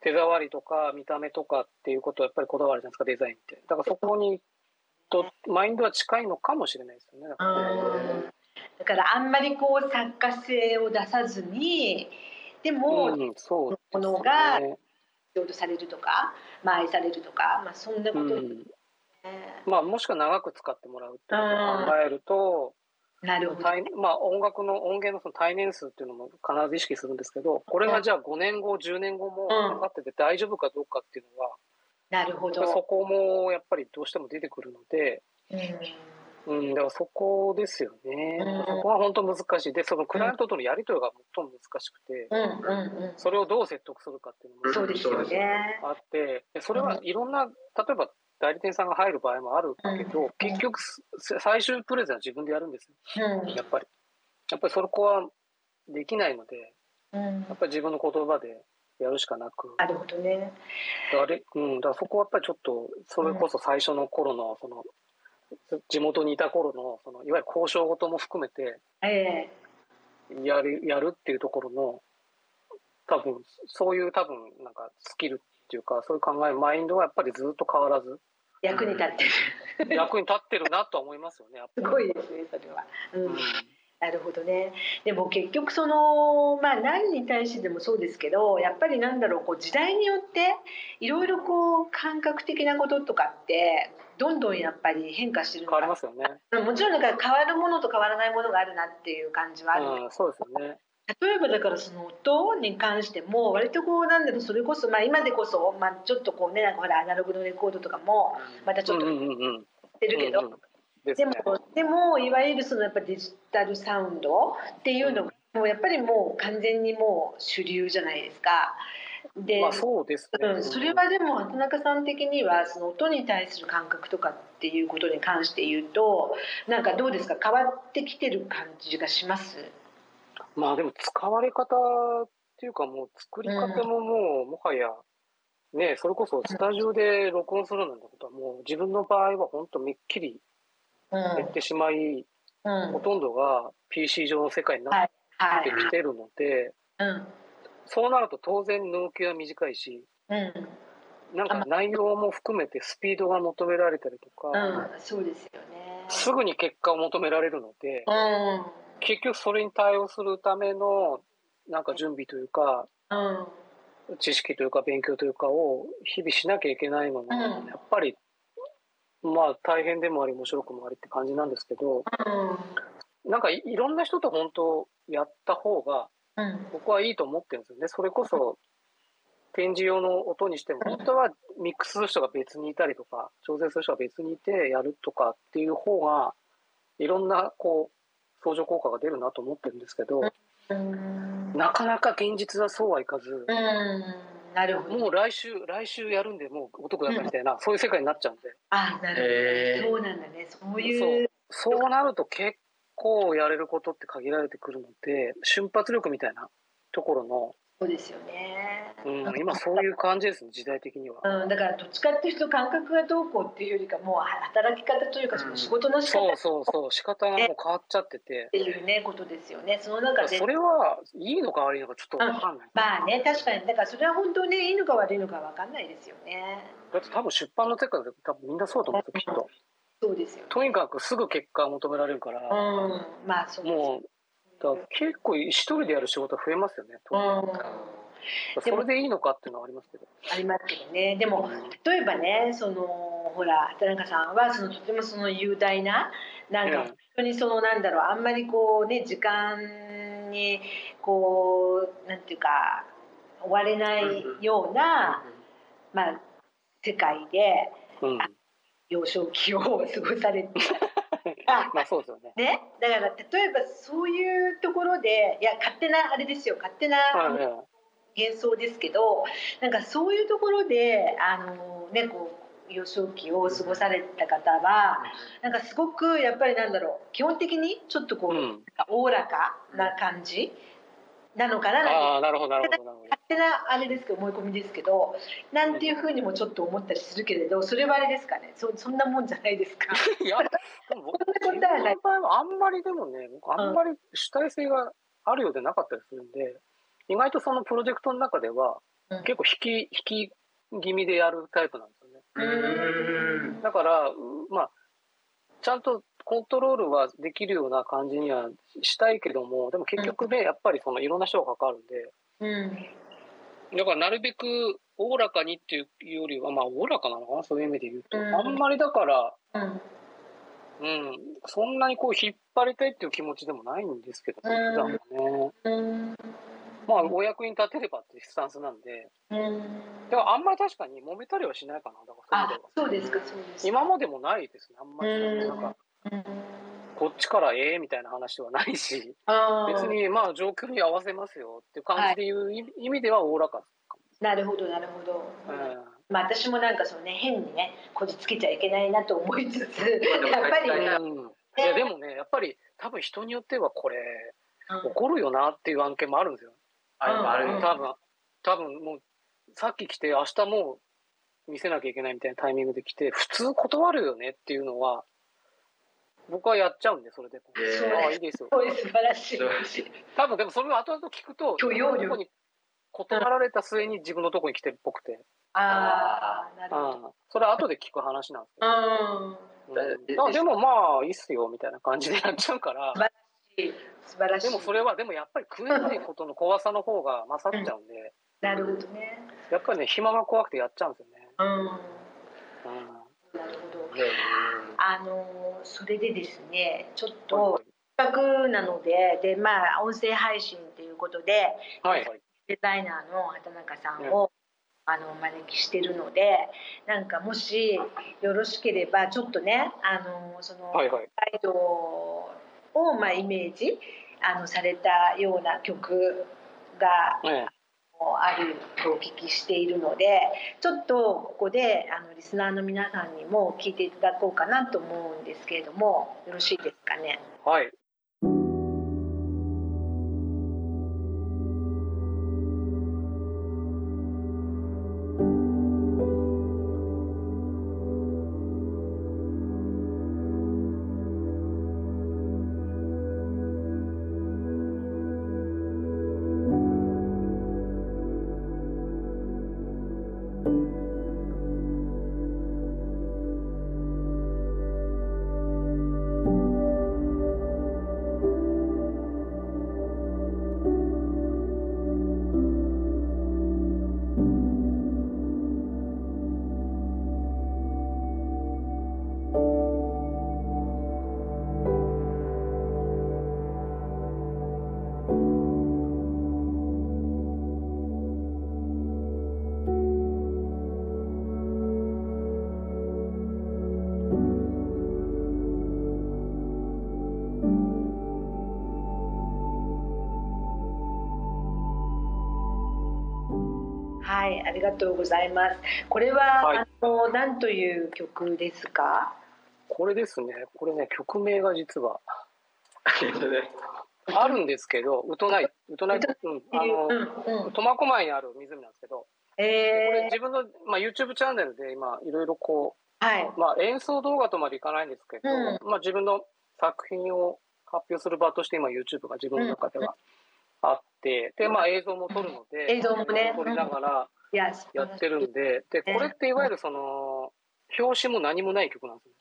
Speaker 3: 手触りとか見た目とかっていうことはやっぱりこだわるじゃないですかデザインってだからそこにとマインドは近いのかもしれないですよねだ
Speaker 2: う
Speaker 3: からね
Speaker 2: んだからあんまりこう作家性を出さずにでも
Speaker 3: うん、そうです
Speaker 2: も
Speaker 3: ね
Speaker 2: のが強度されるとか、まあ、愛されるとか、まあ、そんなこ
Speaker 3: う
Speaker 2: とね、
Speaker 3: ん、まあもしくは長く使ってもらうってこと
Speaker 2: うん
Speaker 3: を考えると、
Speaker 2: なるほど。
Speaker 3: 対まあ、音楽の音源のその対年数っていうのも必ず意識するんですけどこれがじゃあ5年後10年後も
Speaker 2: うん
Speaker 3: かかってて大丈夫かどうかっていうのは、
Speaker 2: なるほ
Speaker 3: やっぱりそ
Speaker 2: ど。
Speaker 3: こもやっぱりどうしても出てくるので、
Speaker 2: うん
Speaker 3: うん、だからそこですよね、
Speaker 2: うん
Speaker 3: そこは本当難しいでそのクライアントとのやり取りが最も難しくて
Speaker 2: うんうんうん。
Speaker 3: それをどう説得するかっていうのも
Speaker 2: そうですよね。
Speaker 3: あってでそれはいろんな例えば代理店さんが入る場合もあるけど、結局す最終プレゼンは自分でやるんですよやっぱりやっぱりそこはできないので
Speaker 2: うんうん
Speaker 3: やっぱり自分の言葉でやるしかなく
Speaker 2: なるほどね。
Speaker 3: あれ、うん、だからそこはやっぱりちょっとそれこそ最初の頃のその地元にいた頃のそのいわゆる交渉事も含めて
Speaker 2: ええ
Speaker 3: やるやるっていうところの多分そういう多分なんかスキルっていうかそういう考えマインドはやっぱりずっと変わらず
Speaker 2: 役に立ってる。
Speaker 3: 役に立ってるなとは思いますよね。やっぱ
Speaker 2: す
Speaker 3: り
Speaker 2: ごいですね、それは。う
Speaker 3: うんん
Speaker 2: なるほどね。でも結局そのまあ何に対してでもそうですけど、やっぱりなんだろうこう時代によっていろいろこう感覚的なこととかってどんどんやっぱり変化してる
Speaker 3: 変
Speaker 2: の
Speaker 3: わり
Speaker 2: が
Speaker 3: ますよね。
Speaker 2: もちろんだから変わるものと変わらないものがあるなっていう感じはあるんだけど
Speaker 3: うん、そうですよね。
Speaker 2: 例えばだからその音に関しても割とこうなんだろうそれこそまあ今でこそまあちょっとこうねなんかほらアナログのレコードとかもまたちょっと
Speaker 3: うん
Speaker 2: 売
Speaker 3: うんうんうん。
Speaker 2: ってるけど、
Speaker 3: うんうんです
Speaker 2: で
Speaker 3: ね
Speaker 2: も。でもいわゆるそのやっぱデジタルサウンドっていうのが、もうやっぱりもう完全にもう主流じゃないですか。で、
Speaker 3: まあそうですね。
Speaker 2: うん、それはでも畑中さん的にはその音に対する感覚とかっていうことに関して言うとなんかどうですか変わってきてる感じがします
Speaker 3: まあでも使われ方っていうかもう作り方ももうもはやねそれこそスタジオで録音するなんてことはもう自分の場合は本当みっきり
Speaker 2: うん
Speaker 3: 減ってしまい、
Speaker 2: うん
Speaker 3: ほとんどが PC 上の世界にな
Speaker 2: は
Speaker 3: って
Speaker 2: い
Speaker 3: きてるので、
Speaker 2: うん
Speaker 3: そうなると当然納期は短いし
Speaker 2: うん
Speaker 3: なんか内容も含めてスピードが求められたりとか、
Speaker 2: うんそうですよね
Speaker 3: すぐに結果を求められるので、
Speaker 2: うん
Speaker 3: 結局それに対応するためのなんか準備というか
Speaker 2: うん
Speaker 3: 知識というか勉強というかを日々しなきゃいけないのが、
Speaker 2: うん
Speaker 3: やっぱりまあ大変でもあり面白くもありって感じなんですけどなんかいいろんな人と本当やった方が
Speaker 2: うんうん
Speaker 3: 僕はいいと思ってるんですよね。それこそ 展示用の音にしても本当はミックスする人が別にいたりとか調整する人が別にいてやるとかっていう方がいろんなこう相乗効果が出るなと思ってるんですけど、
Speaker 2: うん
Speaker 3: なかなか現実はそうはいかず、
Speaker 2: うんなるほど
Speaker 3: もう来週来週やるんでもうお得だったみたいな、そういう世界になっちゃうんで
Speaker 2: あなる
Speaker 4: へ
Speaker 2: ほ
Speaker 4: ー
Speaker 2: どそうなんだねそういう
Speaker 3: そうなると結構やれることって限られてくるので瞬発力みたいなところ
Speaker 2: そうですよね
Speaker 3: の、うん、今そういう感じですね時代的には。
Speaker 2: うん、だからどっちかっていうと感覚がどうこうっていうよりかもう働き方というかその仕事の仕方
Speaker 3: そ
Speaker 2: っ
Speaker 3: うそうそう仕方がもう変わっちゃってて
Speaker 2: ていうねことですよねその中で
Speaker 3: それはいいのか悪いのかちょっと分かんない、
Speaker 2: まあね確かにだからそれは本当にねいいのか悪いのかわかんないですよね
Speaker 3: だって多分出版の世界で多分みんなそうだと思うんですよきっと
Speaker 2: そうですよね
Speaker 3: とにかくすぐ結果を求められるか
Speaker 2: う
Speaker 3: ら、
Speaker 2: んまあそうです
Speaker 3: もうだから結構一人でやる仕事は増えますよね、
Speaker 2: う
Speaker 3: 当然
Speaker 2: ん、
Speaker 3: それでいいのかっていうのはありますけど
Speaker 2: ありますけどねでも例えばねそのほら畑中さんはそのとてもその雄大ななんか
Speaker 3: うん
Speaker 2: 本当にそのなんだろうあんまりこうね時間にこうなんていうか追われないような、まあ、世界で
Speaker 3: うん
Speaker 2: 幼少期を過ごさ れてあ
Speaker 3: まあそうですよね
Speaker 2: ねだから例えばそういうところでいや勝手なあれですよ勝手な、
Speaker 3: はいは
Speaker 2: 幻想ですけどなんかそういうところであの、ね、こう幼少期を過ごされた方はなんかすごくやっぱりなんだろう基本的にちょっとこう、
Speaker 3: い、う
Speaker 2: なん
Speaker 3: ん、
Speaker 2: かおおらかな感じなのかななん
Speaker 3: あ
Speaker 2: て
Speaker 3: あなるほどなるほどなるほど
Speaker 2: 勝手なあれですけど思い込みですけどなんていうふうにもちょっと思ったりするけれどそれはあれですかねそそんなもんじゃないですか。
Speaker 3: いや、でも僕、自
Speaker 2: そん
Speaker 3: 分
Speaker 2: なことはない
Speaker 3: の場合はあんまりでもね、僕あんまり主体性があるようでなかったりするんで、意外とそのプロジェクトの中では
Speaker 2: うん、
Speaker 3: 結構引き、引き気味でやるタイプなんですよね。
Speaker 4: うん
Speaker 3: だから、うまあ、ちゃんとコントロールはできるような感じにはしたいけども、でも結局ね、やっぱりそのいろんな人が関わるんで、
Speaker 2: うん
Speaker 3: だからなるべくおおらかにっていうよりは、まあ、おおらかなのかな、そういう意味で言うと。
Speaker 2: うん
Speaker 3: あんまりだから、
Speaker 2: うん
Speaker 3: うん、そんなにこう引っ張りたいっていう気持ちでもないんですけど、ね、
Speaker 2: うん
Speaker 3: 普段はね。
Speaker 2: うん
Speaker 3: まあ、お役に立てればっていうスタンスなんで、
Speaker 2: うん
Speaker 3: でもあんまり確かに揉めたりはしないかな、だから
Speaker 2: あ
Speaker 3: そういう意味では。
Speaker 2: そうですかそうですか。
Speaker 3: 今までもないですね、あんまり。
Speaker 2: うん
Speaker 3: なんか、
Speaker 2: うん
Speaker 3: こっちからええみたいな話はないし、
Speaker 2: あー
Speaker 3: 別にまあ状況に合わせますよっていう感じでいう意味意味ではおおらか。
Speaker 2: なるほどなるほど、
Speaker 3: うん
Speaker 2: まあ私もなんかそのね変にねこじつけちゃいけないなと思いつつ
Speaker 4: も
Speaker 2: やっぱ
Speaker 4: 大
Speaker 2: り、
Speaker 4: 体
Speaker 3: うんいやでもね、やっぱり多分人によってはこれ、
Speaker 2: うん
Speaker 3: 怒るよなっていう案件もあるんですよ。
Speaker 4: あやっぱある
Speaker 2: うん
Speaker 3: 多分多分もうさっき来て明日もう見せなきゃいけないみたいなタイミングで来て普通断るよねっていうのは僕はやっちゃうんでそれで、
Speaker 4: へ
Speaker 2: ー
Speaker 3: ああいいですよ
Speaker 2: これ素晴らしい
Speaker 4: 素晴ら
Speaker 3: 多分でもそれを後々聞くと
Speaker 2: 許容量
Speaker 3: 自分のとこに断られた末に自分のとこに来てるっぽくて、
Speaker 2: ああなる
Speaker 3: う
Speaker 2: ほ
Speaker 3: ん、それは後で聞く話なんですけど
Speaker 2: ど、うん、
Speaker 3: うんあでもまあいいっすよみたいな感じでやっちゃうから
Speaker 2: 素晴らしい
Speaker 3: でもそれはでもやっぱり食えないことの怖さの方が勝っちゃうんで、
Speaker 2: なるほどね
Speaker 3: やっぱりね暇が怖くてやっちゃうんですよね。
Speaker 2: うん
Speaker 3: うん
Speaker 2: なるほど
Speaker 4: ね
Speaker 2: あのーそれでですねちょっ
Speaker 3: は
Speaker 2: とせっかくなのででまあ音声配信ということで
Speaker 3: いはい。
Speaker 2: デザイナーの畑中さんを、あのお招きしてるのでなんかもしよろしければちょっとねあのその
Speaker 3: は
Speaker 2: ガ
Speaker 3: いはい。
Speaker 2: イドを、まあ、イメージあのされたような曲が
Speaker 3: ええ
Speaker 2: あるとお聞きしているのでちょっとここであのリスナーの皆さんにも聞いていただこうかなと思うんですけれどもよろしいですかね。
Speaker 3: はい。
Speaker 2: はい、ありがとうございます。これは、
Speaker 3: はい
Speaker 2: あの何という曲ですか？
Speaker 3: これですね、これね、曲名が実はあるんです けど、ウトナイ、ウトナイ、うん、あ
Speaker 2: う
Speaker 3: の、
Speaker 2: んうん、
Speaker 3: 苫小牧にある湖なんですけど、これ
Speaker 2: え
Speaker 3: 自分の、まあ、YouTube チャンネルで今、いろいろこ、、
Speaker 2: ー、はいう
Speaker 3: まあ、演奏動画とまでいかないんですけど、
Speaker 2: う
Speaker 3: まあ、自分の作品を発表する場として、今、YouTube が自分の中ではあって、で、まあ、映像も撮るので、
Speaker 2: 映像もね
Speaker 3: 撮りながら
Speaker 2: いや、素晴
Speaker 3: や
Speaker 2: らしい
Speaker 3: ってるんで、で、これっていわゆるその、表紙も何もない曲なんですよ。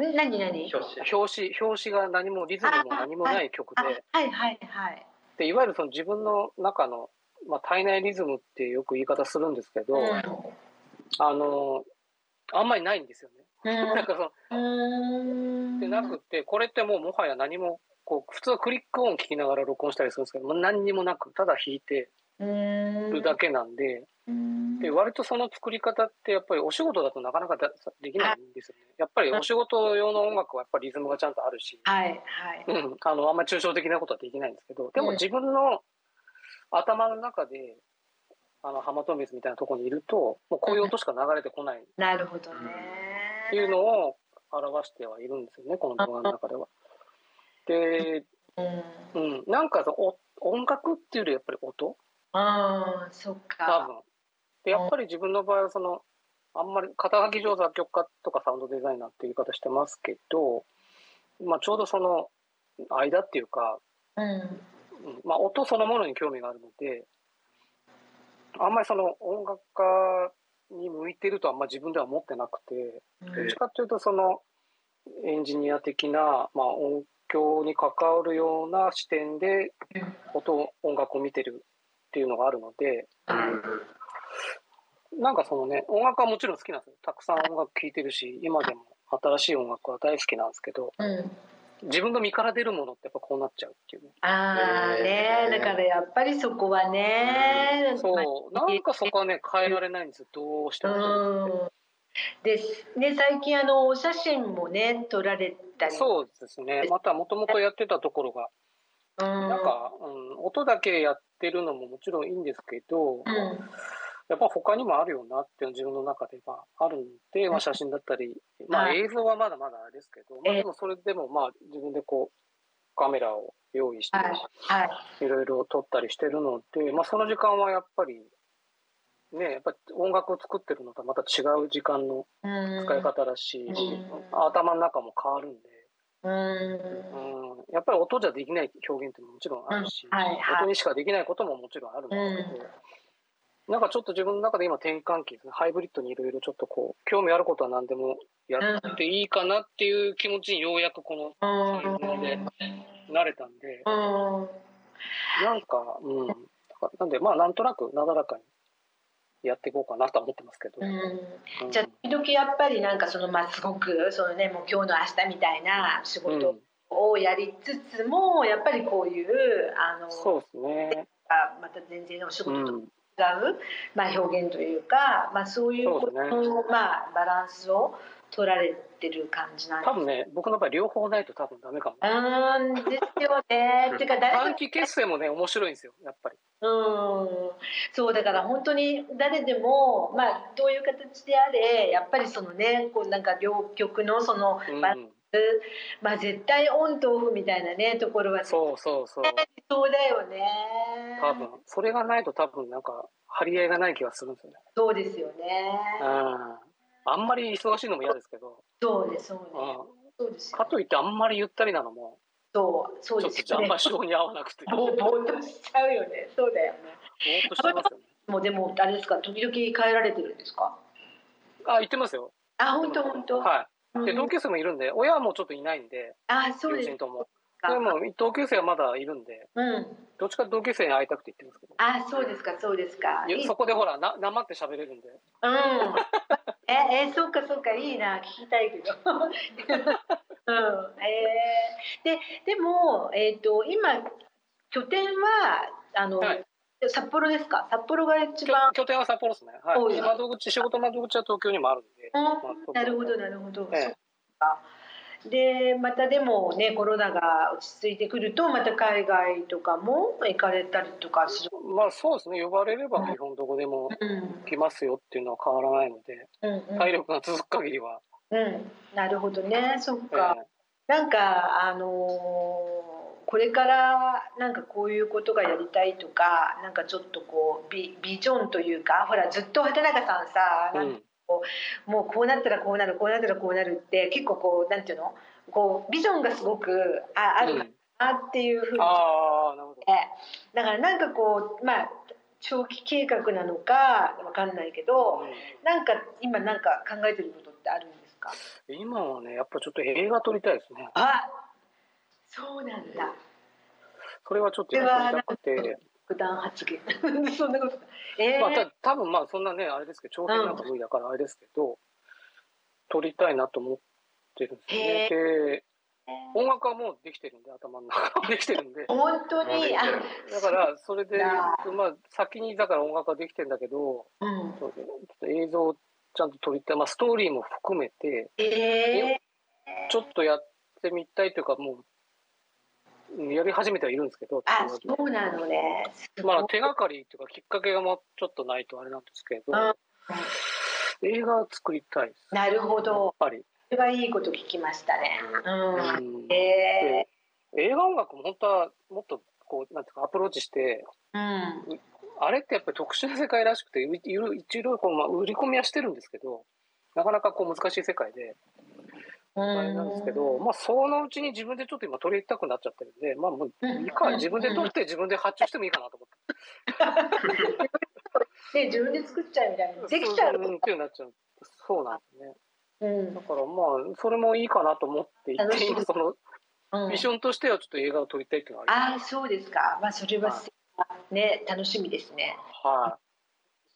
Speaker 2: ん何何？
Speaker 3: 表紙、表紙が何も、リズムも何もない曲
Speaker 2: あ、
Speaker 3: で、
Speaker 2: はいはいはい。
Speaker 3: でいわゆるその自分の中の、まあ、体内リズムってよく言い方するんですけど、
Speaker 2: うん
Speaker 3: あのあんまりないんですよね。なんかその
Speaker 2: うん
Speaker 3: でなくてこれってもうもはや何もこう普通はクリック音聞きながら録音したりするんですけどもう何にもなくただ弾いて
Speaker 2: うん
Speaker 3: るだけなんで,、
Speaker 2: うん
Speaker 3: で割とその作り方ってやっぱりお仕事だとなかなかだできないんですよね。やっぱりお仕事用の音楽はやっぱりリズムがちゃんとあるし、
Speaker 2: はいはい。
Speaker 3: うん、あのあんまり抽象的なことはできないんですけどで
Speaker 2: う
Speaker 3: も
Speaker 2: ん
Speaker 3: 自分の頭の中であの浜東水みたいなところにいるともうこういう音しか流れてこないっ
Speaker 2: なるほどね。
Speaker 3: ていうのを表してはいるんですよねこの動画の中では。で、
Speaker 2: うん。
Speaker 3: うん、なんかそのお音楽っていうよりやっぱり音
Speaker 2: ああ、そっ
Speaker 3: 多
Speaker 2: か。
Speaker 3: 分。でやっぱり自分の場合はそのあんまり肩書き上作曲家とかサウンドデザイナーっていう言い方してますけど、まあ、ちょうどその間っていうか
Speaker 2: うん。
Speaker 3: うんまあ、音そのものに興味があるのであんまりその音楽家に向いてるとはあんま自分では思ってなくてどっちかっていうとそのエンジニア的な、まあ、音響に関わるような視点で
Speaker 2: うん
Speaker 3: 音音楽を見てるっていうのがあるのでなんかそのね音楽はもちろん好きなんですよたくさん音楽聴いてるし今でも新しい音楽は大好きなんですけど
Speaker 2: うん。
Speaker 3: 自分の身から出るものってやっぱこうなっちゃうっていうね。
Speaker 2: ああ
Speaker 4: え
Speaker 2: ね
Speaker 4: ー
Speaker 2: だからやっぱりそこはね、
Speaker 3: そう、なんかそこはね、変えられないんですよ、どうしても。
Speaker 2: うんですね最近あのお写真もね撮られたり
Speaker 3: そうですね、またもともとやってたところが、
Speaker 2: うん
Speaker 3: なんか、うん、音だけやってるのももちろんいいんですけど、
Speaker 2: うん
Speaker 3: やっぱ他にもあるよなっていうの自分の中でまああるんで、まあ、写真だったり、まあ、
Speaker 2: はい
Speaker 3: 映像はまだまだあれですけど、まあ、
Speaker 2: ええ
Speaker 3: でもそれでもまあ自分でこうカメラを用意して、
Speaker 2: はいはい
Speaker 3: いろいろ撮ったりしてるので、まあ、その時間はやっぱり。ね、やっぱ音楽を作ってるのとはまた違う時間の
Speaker 2: うん
Speaker 3: 使い方だし、
Speaker 2: うん
Speaker 3: 頭の中も変わるんで、
Speaker 2: うん
Speaker 3: うん、やっぱり音じゃできない表現ってももちろんあるし、
Speaker 2: うんはいはい
Speaker 3: 音にしかできないことももちろんあるんですけど、なんかちょっと自分の中で今転換期ですねハイブリッドにいろいろちょっとこう興味あることは何でもやっていいかなっていう気持ちにようやくこの
Speaker 2: うん
Speaker 3: そうですね慣れたんで
Speaker 2: うん
Speaker 3: なんかうんだからなんでまあなんとなくなだらかにやっていこうかなとは思ってますけど、
Speaker 2: うん
Speaker 3: うん
Speaker 2: じゃあ時々やっぱりなんかそのまあすごくそのねもう今日の明日みたいな仕
Speaker 3: うん
Speaker 2: 事をやりつつもやっぱりこういうあの
Speaker 3: そうですね、
Speaker 2: あまた全然お仕
Speaker 3: う、
Speaker 2: 事と違うんまあ、表現というか、まあ、そういうこと
Speaker 3: そうで
Speaker 2: の、まあ、バランスを取られてる感じなんで
Speaker 3: 多分ね僕の場合両方ないと多分ダメかも。
Speaker 2: うーんですよ ね。てか誰
Speaker 3: 短
Speaker 2: か
Speaker 3: 期決戦もね面白いんですよやっぱり。
Speaker 2: うんそうだから本当に誰でも、まあ、どういう形であれやっぱりそのねこうなんか両極のその
Speaker 3: うん
Speaker 2: バランス、まあ、絶対オンとオフみたいなねところはそう
Speaker 3: そうそうそう。
Speaker 2: だよね。
Speaker 3: 多分それがないと多分なんか張り合いがない気がするんですよね。
Speaker 2: そうですよね。
Speaker 3: うん。あんまり忙しいのも嫌ですけど、
Speaker 2: そうですそうです
Speaker 3: う
Speaker 2: そうです
Speaker 3: ん、か
Speaker 2: よ。
Speaker 3: といってあんまりゆったりなのも
Speaker 2: そうそ
Speaker 3: ちょ
Speaker 2: う
Speaker 3: っと
Speaker 2: です
Speaker 3: じゃああんまり性に合わなくてぼ
Speaker 2: ぼぼーっとしちゃうよね。そうだよね。
Speaker 3: ーっとしてますよね。
Speaker 2: もうでもあれですか時々変えられてるんですか
Speaker 3: あ行ってますよ
Speaker 2: あ本当本当、
Speaker 3: はいで
Speaker 2: うん
Speaker 3: 同級生もいるんで親もちょっといないんで
Speaker 2: あそう
Speaker 3: 友
Speaker 2: です
Speaker 3: 人とも
Speaker 2: か
Speaker 3: でも同級生はまだいるんで
Speaker 2: うん
Speaker 3: どっちか同級生に会いたくて行ってますけど
Speaker 2: あそうですかそうですかい
Speaker 3: い
Speaker 2: い
Speaker 3: やそこでほらな黙って喋れるんで
Speaker 2: うん、 ええそうかそうかいいな聞きたいけど。 うんえー、ででも、えー、と今拠点はあの、
Speaker 3: はい
Speaker 2: 札幌ですか札幌が一
Speaker 3: きょ
Speaker 2: 番。
Speaker 3: 拠点は札幌ですね
Speaker 2: 多
Speaker 3: はいい
Speaker 2: な
Speaker 3: 窓口仕事窓口は東京にもあるんで
Speaker 2: うんなるほどなるほど。
Speaker 3: ええ
Speaker 2: そうかでまたでほねコロナが落ち着いてくるとまた海外とかも行かれたりとかする。
Speaker 3: まあそうですね呼ばれれば基本どこでも
Speaker 2: うん
Speaker 3: 来ますよっていうのは変わらないので
Speaker 2: うん
Speaker 3: 体力が続く限りは、
Speaker 2: うんうん、なるほどねそっ
Speaker 3: え
Speaker 2: か。なんかあのーこれからなんかこういうことがやりたいとかなんかちょっとこうビビジョンというかほらずっと畑中さんさ、
Speaker 3: えう
Speaker 2: なん
Speaker 3: ん
Speaker 2: かもうこうなったらこうなるこうなったらこうなるって結構こうなんていうのこうビジョンがすごくあある
Speaker 3: う
Speaker 2: か
Speaker 3: ん
Speaker 2: なっていうふうに、
Speaker 3: ああなるほど
Speaker 2: ええだからなんかこうまあ長期計画なのかわかんないけどなんか今なんか考えてることってあるんですか
Speaker 3: うん今はねやっぱちょっと映画撮りたいですね
Speaker 2: あそうなんだ。
Speaker 3: それはちょっとやってみたくて、
Speaker 2: 爆弾発言 そんなことええ
Speaker 3: まあ、た多分まあそんなねあれですけど長編なんか無理だからあれですけど、撮りたいなと思ってるんですよねで音楽はもうできてるんで頭の中はできてるんで
Speaker 2: 本当にあ
Speaker 3: だからそれで、
Speaker 2: そう
Speaker 3: まあ、先にだから音楽はできてんだけど
Speaker 2: うん
Speaker 3: そうねちょっと映像をちゃんと撮りたい、まあ、ストーリーも含めて
Speaker 2: ええ
Speaker 3: ちょっとやってみたいというかもううんやり始めてはいるんですけど
Speaker 2: あそうなのねすごい
Speaker 3: まあ、手がかりというかきっかけがもうちょっとないとあれなんですけど、
Speaker 2: うん
Speaker 3: 映画を作りたいです
Speaker 2: なるほ
Speaker 3: やっ
Speaker 2: ど
Speaker 3: ぱり、
Speaker 2: それはいいこと聞きましたねう
Speaker 3: うんん
Speaker 2: ええ
Speaker 3: 映画音楽も本当はもっとこうなんていうかアプローチして
Speaker 2: うん
Speaker 3: あれってやっぱり特殊な世界らしくてういろいろこう、まあ、売り込みはしてるんですけどなかなかこう難しい世界であれなんですけど、まあ、そのうちに自分でちょっと今取りたくなっちゃってるんで、まあ、もういいか自分で取って自分で発注してもいいかなと思って。
Speaker 2: で自分で作っちゃうみたいなできちゃう
Speaker 3: うんっていうなっちゃう。そうなんですね。
Speaker 2: うん
Speaker 3: だからまあそれもいいかなと思ってい
Speaker 2: 楽
Speaker 3: て、
Speaker 2: しい
Speaker 3: 今その
Speaker 2: うん
Speaker 3: ミッションとしてはちょっと映画を撮りたいっていうのがあ
Speaker 2: ああそうですかまあそれはすね楽しみですね
Speaker 3: は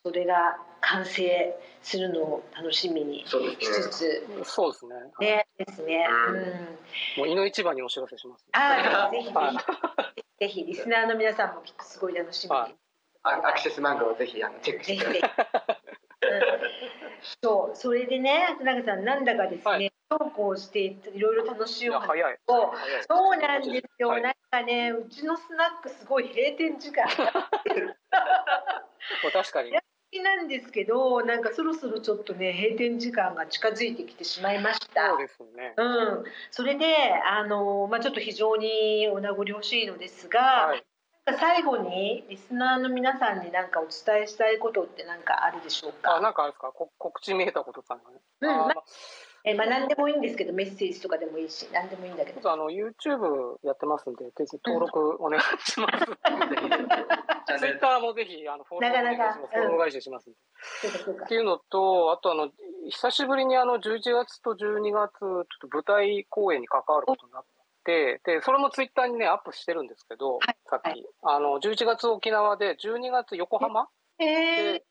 Speaker 2: それが完成するのを楽しみにし
Speaker 4: そうです
Speaker 2: つ
Speaker 4: ね。
Speaker 2: つ
Speaker 3: い。そうですね。はい
Speaker 2: ね、ですね。
Speaker 4: う
Speaker 2: うん。
Speaker 3: もう井の一番にお知らせします。
Speaker 2: ああ、ぜひぜ
Speaker 3: はい
Speaker 2: ひ、ぜひリスナーの皆さんもきっとすごい楽しみ
Speaker 3: は
Speaker 2: に
Speaker 3: い。
Speaker 1: あアクセス漫画をぜひあのチェックし
Speaker 2: ぜ
Speaker 1: てく
Speaker 2: ひ
Speaker 1: だ
Speaker 2: ぜ
Speaker 1: さい
Speaker 2: ひ。うんそう、それでね、田中さん、なんだかです
Speaker 3: は
Speaker 2: ね、投稿していろいろ楽し
Speaker 3: い
Speaker 2: いお
Speaker 3: や
Speaker 2: 話を。
Speaker 3: 早い。早い
Speaker 2: そうなんですよ、
Speaker 3: はい
Speaker 2: なんかね、うちのスナックすごい閉店 時間。
Speaker 3: もう確かに。
Speaker 2: なんですけど、なんかそろそろちょっとね、閉店時間が近づいてきてしまいました。
Speaker 3: そうですね。
Speaker 2: うん、それで、あのまあ、ちょっと非常にお名残惜しいのですが、
Speaker 3: はい。
Speaker 2: なんか最後にリスナーの皆さんに何かお伝えしたいことって何かあるでしょう
Speaker 3: あ
Speaker 2: か、
Speaker 3: なんかあれですか。こ告知見えたことか
Speaker 2: うん
Speaker 3: な。あー
Speaker 2: ま
Speaker 3: ま
Speaker 2: あえまあ、何でもいいんですけどメッセージとかでもいいし何でもいいんだけ
Speaker 3: ちょ
Speaker 2: ど
Speaker 3: っとあの YouTube やってますんで、ぜひ登録お願いします。
Speaker 1: チャンネル
Speaker 3: Twitter もぜひあのフォローお願いし
Speaker 2: な
Speaker 3: ます。
Speaker 2: かなか
Speaker 3: フォローお返ししますんで。
Speaker 2: そうかそうか
Speaker 3: っていうのと、あとあの久しぶりにあの11月と12月ちょっと舞台公演に関わることになって、でそれも Twitter にねアップしてるんですけ
Speaker 2: は
Speaker 3: ど、
Speaker 2: い
Speaker 3: さっき、
Speaker 2: はい
Speaker 3: あの11月沖縄で12月横浜
Speaker 2: え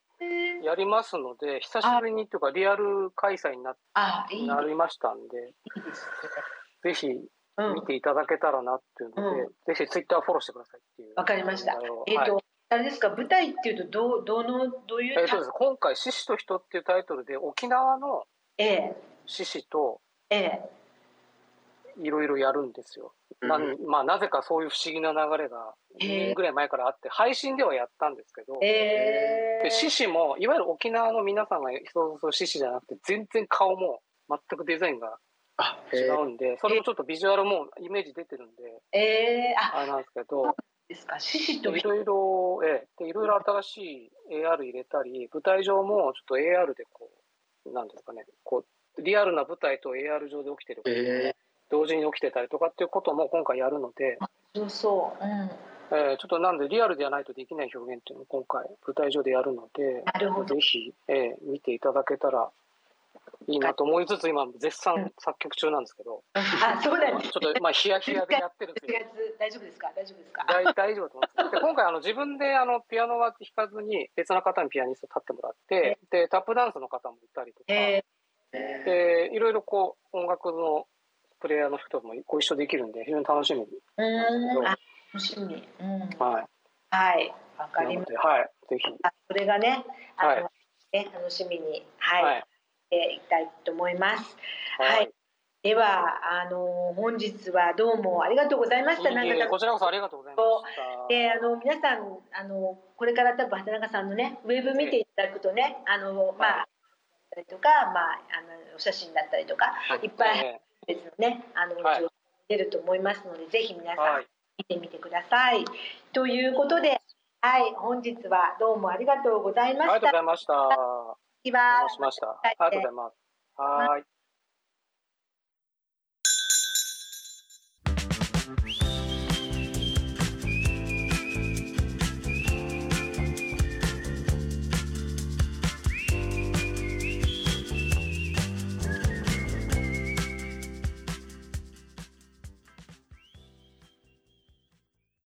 Speaker 2: ー、
Speaker 3: やりますので、久しぶりにっていうかリアル開催にな
Speaker 2: あいい
Speaker 3: なりましたんで、
Speaker 2: いいです
Speaker 3: ぜひ
Speaker 2: ねうん
Speaker 3: 見ていただけたらなっていうので、
Speaker 2: う
Speaker 3: ぜひツイッターフォローしてくださいっていう。
Speaker 2: わかりました
Speaker 3: あの
Speaker 2: えっ、と、
Speaker 3: はい
Speaker 2: あれですか舞台っていうとどうどのどうい
Speaker 3: え
Speaker 2: う
Speaker 3: ーとですね今回「獅子と人」っていうタイトルで沖縄の
Speaker 2: ええ
Speaker 3: 獅子と
Speaker 2: ええ
Speaker 3: いろいろやるんですよ。な
Speaker 1: うん
Speaker 3: んまあ、なぜかそういう不思議な流れが
Speaker 2: へー
Speaker 3: 2年ぐらい前からあって配信ではやったんですけど、
Speaker 2: え
Speaker 3: で獅子もいわゆる沖縄の皆さんが想像する獅子じゃなくて全然顔も全くデザインが
Speaker 1: あへ
Speaker 3: 違
Speaker 1: え
Speaker 3: うんでそれもちょっとビジュアルもイメージ出てるんで
Speaker 2: ええあ
Speaker 3: あれなんですけど。
Speaker 2: ですか獅子と
Speaker 3: いろいろ、ええ、でいろいろ新しい AR 入れたり、舞台上もちょっと AR でこう、なんですかね、こう、リアルな舞台と AR 上で起きてること、
Speaker 1: へえ
Speaker 3: 同時に起きてたりとかっていうことも今回やるので、
Speaker 2: そうそう、うん、
Speaker 3: えーちょっとなんでリアルではないとできない表現っていうのを今回舞台上でやるので
Speaker 2: なるほど
Speaker 3: ぜひ、えー見ていただけたらいいなと思いつつ今絶賛作曲中なんですけど、
Speaker 2: あそうだね
Speaker 3: ちょっとまあヒヤヒヤでやってるんです
Speaker 2: 1
Speaker 3: よ
Speaker 2: 月大丈夫ですか大丈夫ですか
Speaker 3: 大大丈夫だと思うんですで今回あの自分であのピアノは弾かずに別な方にピアニスト立ってもらってでタップダンスの方もいたりとか、
Speaker 2: え
Speaker 3: でいろいろこう音楽のプレイヤーの人ともご一緒できるんで非常に楽しみに、
Speaker 2: ー、うーんあ楽しみ、うん、
Speaker 3: はい、
Speaker 2: はいわか
Speaker 3: な
Speaker 2: りま
Speaker 3: の
Speaker 2: し
Speaker 3: で、はい、ぜひ、
Speaker 2: たそれがねあの、
Speaker 3: はい
Speaker 2: ね楽しみに
Speaker 3: は
Speaker 2: はい
Speaker 3: い、
Speaker 2: えいきたいと思います
Speaker 3: は
Speaker 2: はいい、ではあの本日はどうもありがとうございました
Speaker 3: いえいえ
Speaker 2: か
Speaker 3: こちらこそありがとうございました。
Speaker 2: であの皆さんあのこれから多分畑中さんのねウェブ見ていただくとねあのまあだったりとか、まあ、あのお写真だったりとかいっぱい
Speaker 3: え
Speaker 2: 別のねあの、
Speaker 3: はい
Speaker 2: 出ると思いますのでぜひ皆
Speaker 3: え
Speaker 2: さ
Speaker 3: は
Speaker 2: ん
Speaker 3: い、
Speaker 2: 見てみてください。ということで、はい、本日はどうもありがとうござい
Speaker 3: あ
Speaker 2: ま
Speaker 3: り
Speaker 2: し
Speaker 3: がとうご
Speaker 2: た。
Speaker 3: ざいました。お
Speaker 2: 次は
Speaker 3: 邪魔しました。あ
Speaker 2: ま
Speaker 3: り
Speaker 2: た
Speaker 3: がとうございます。はーい。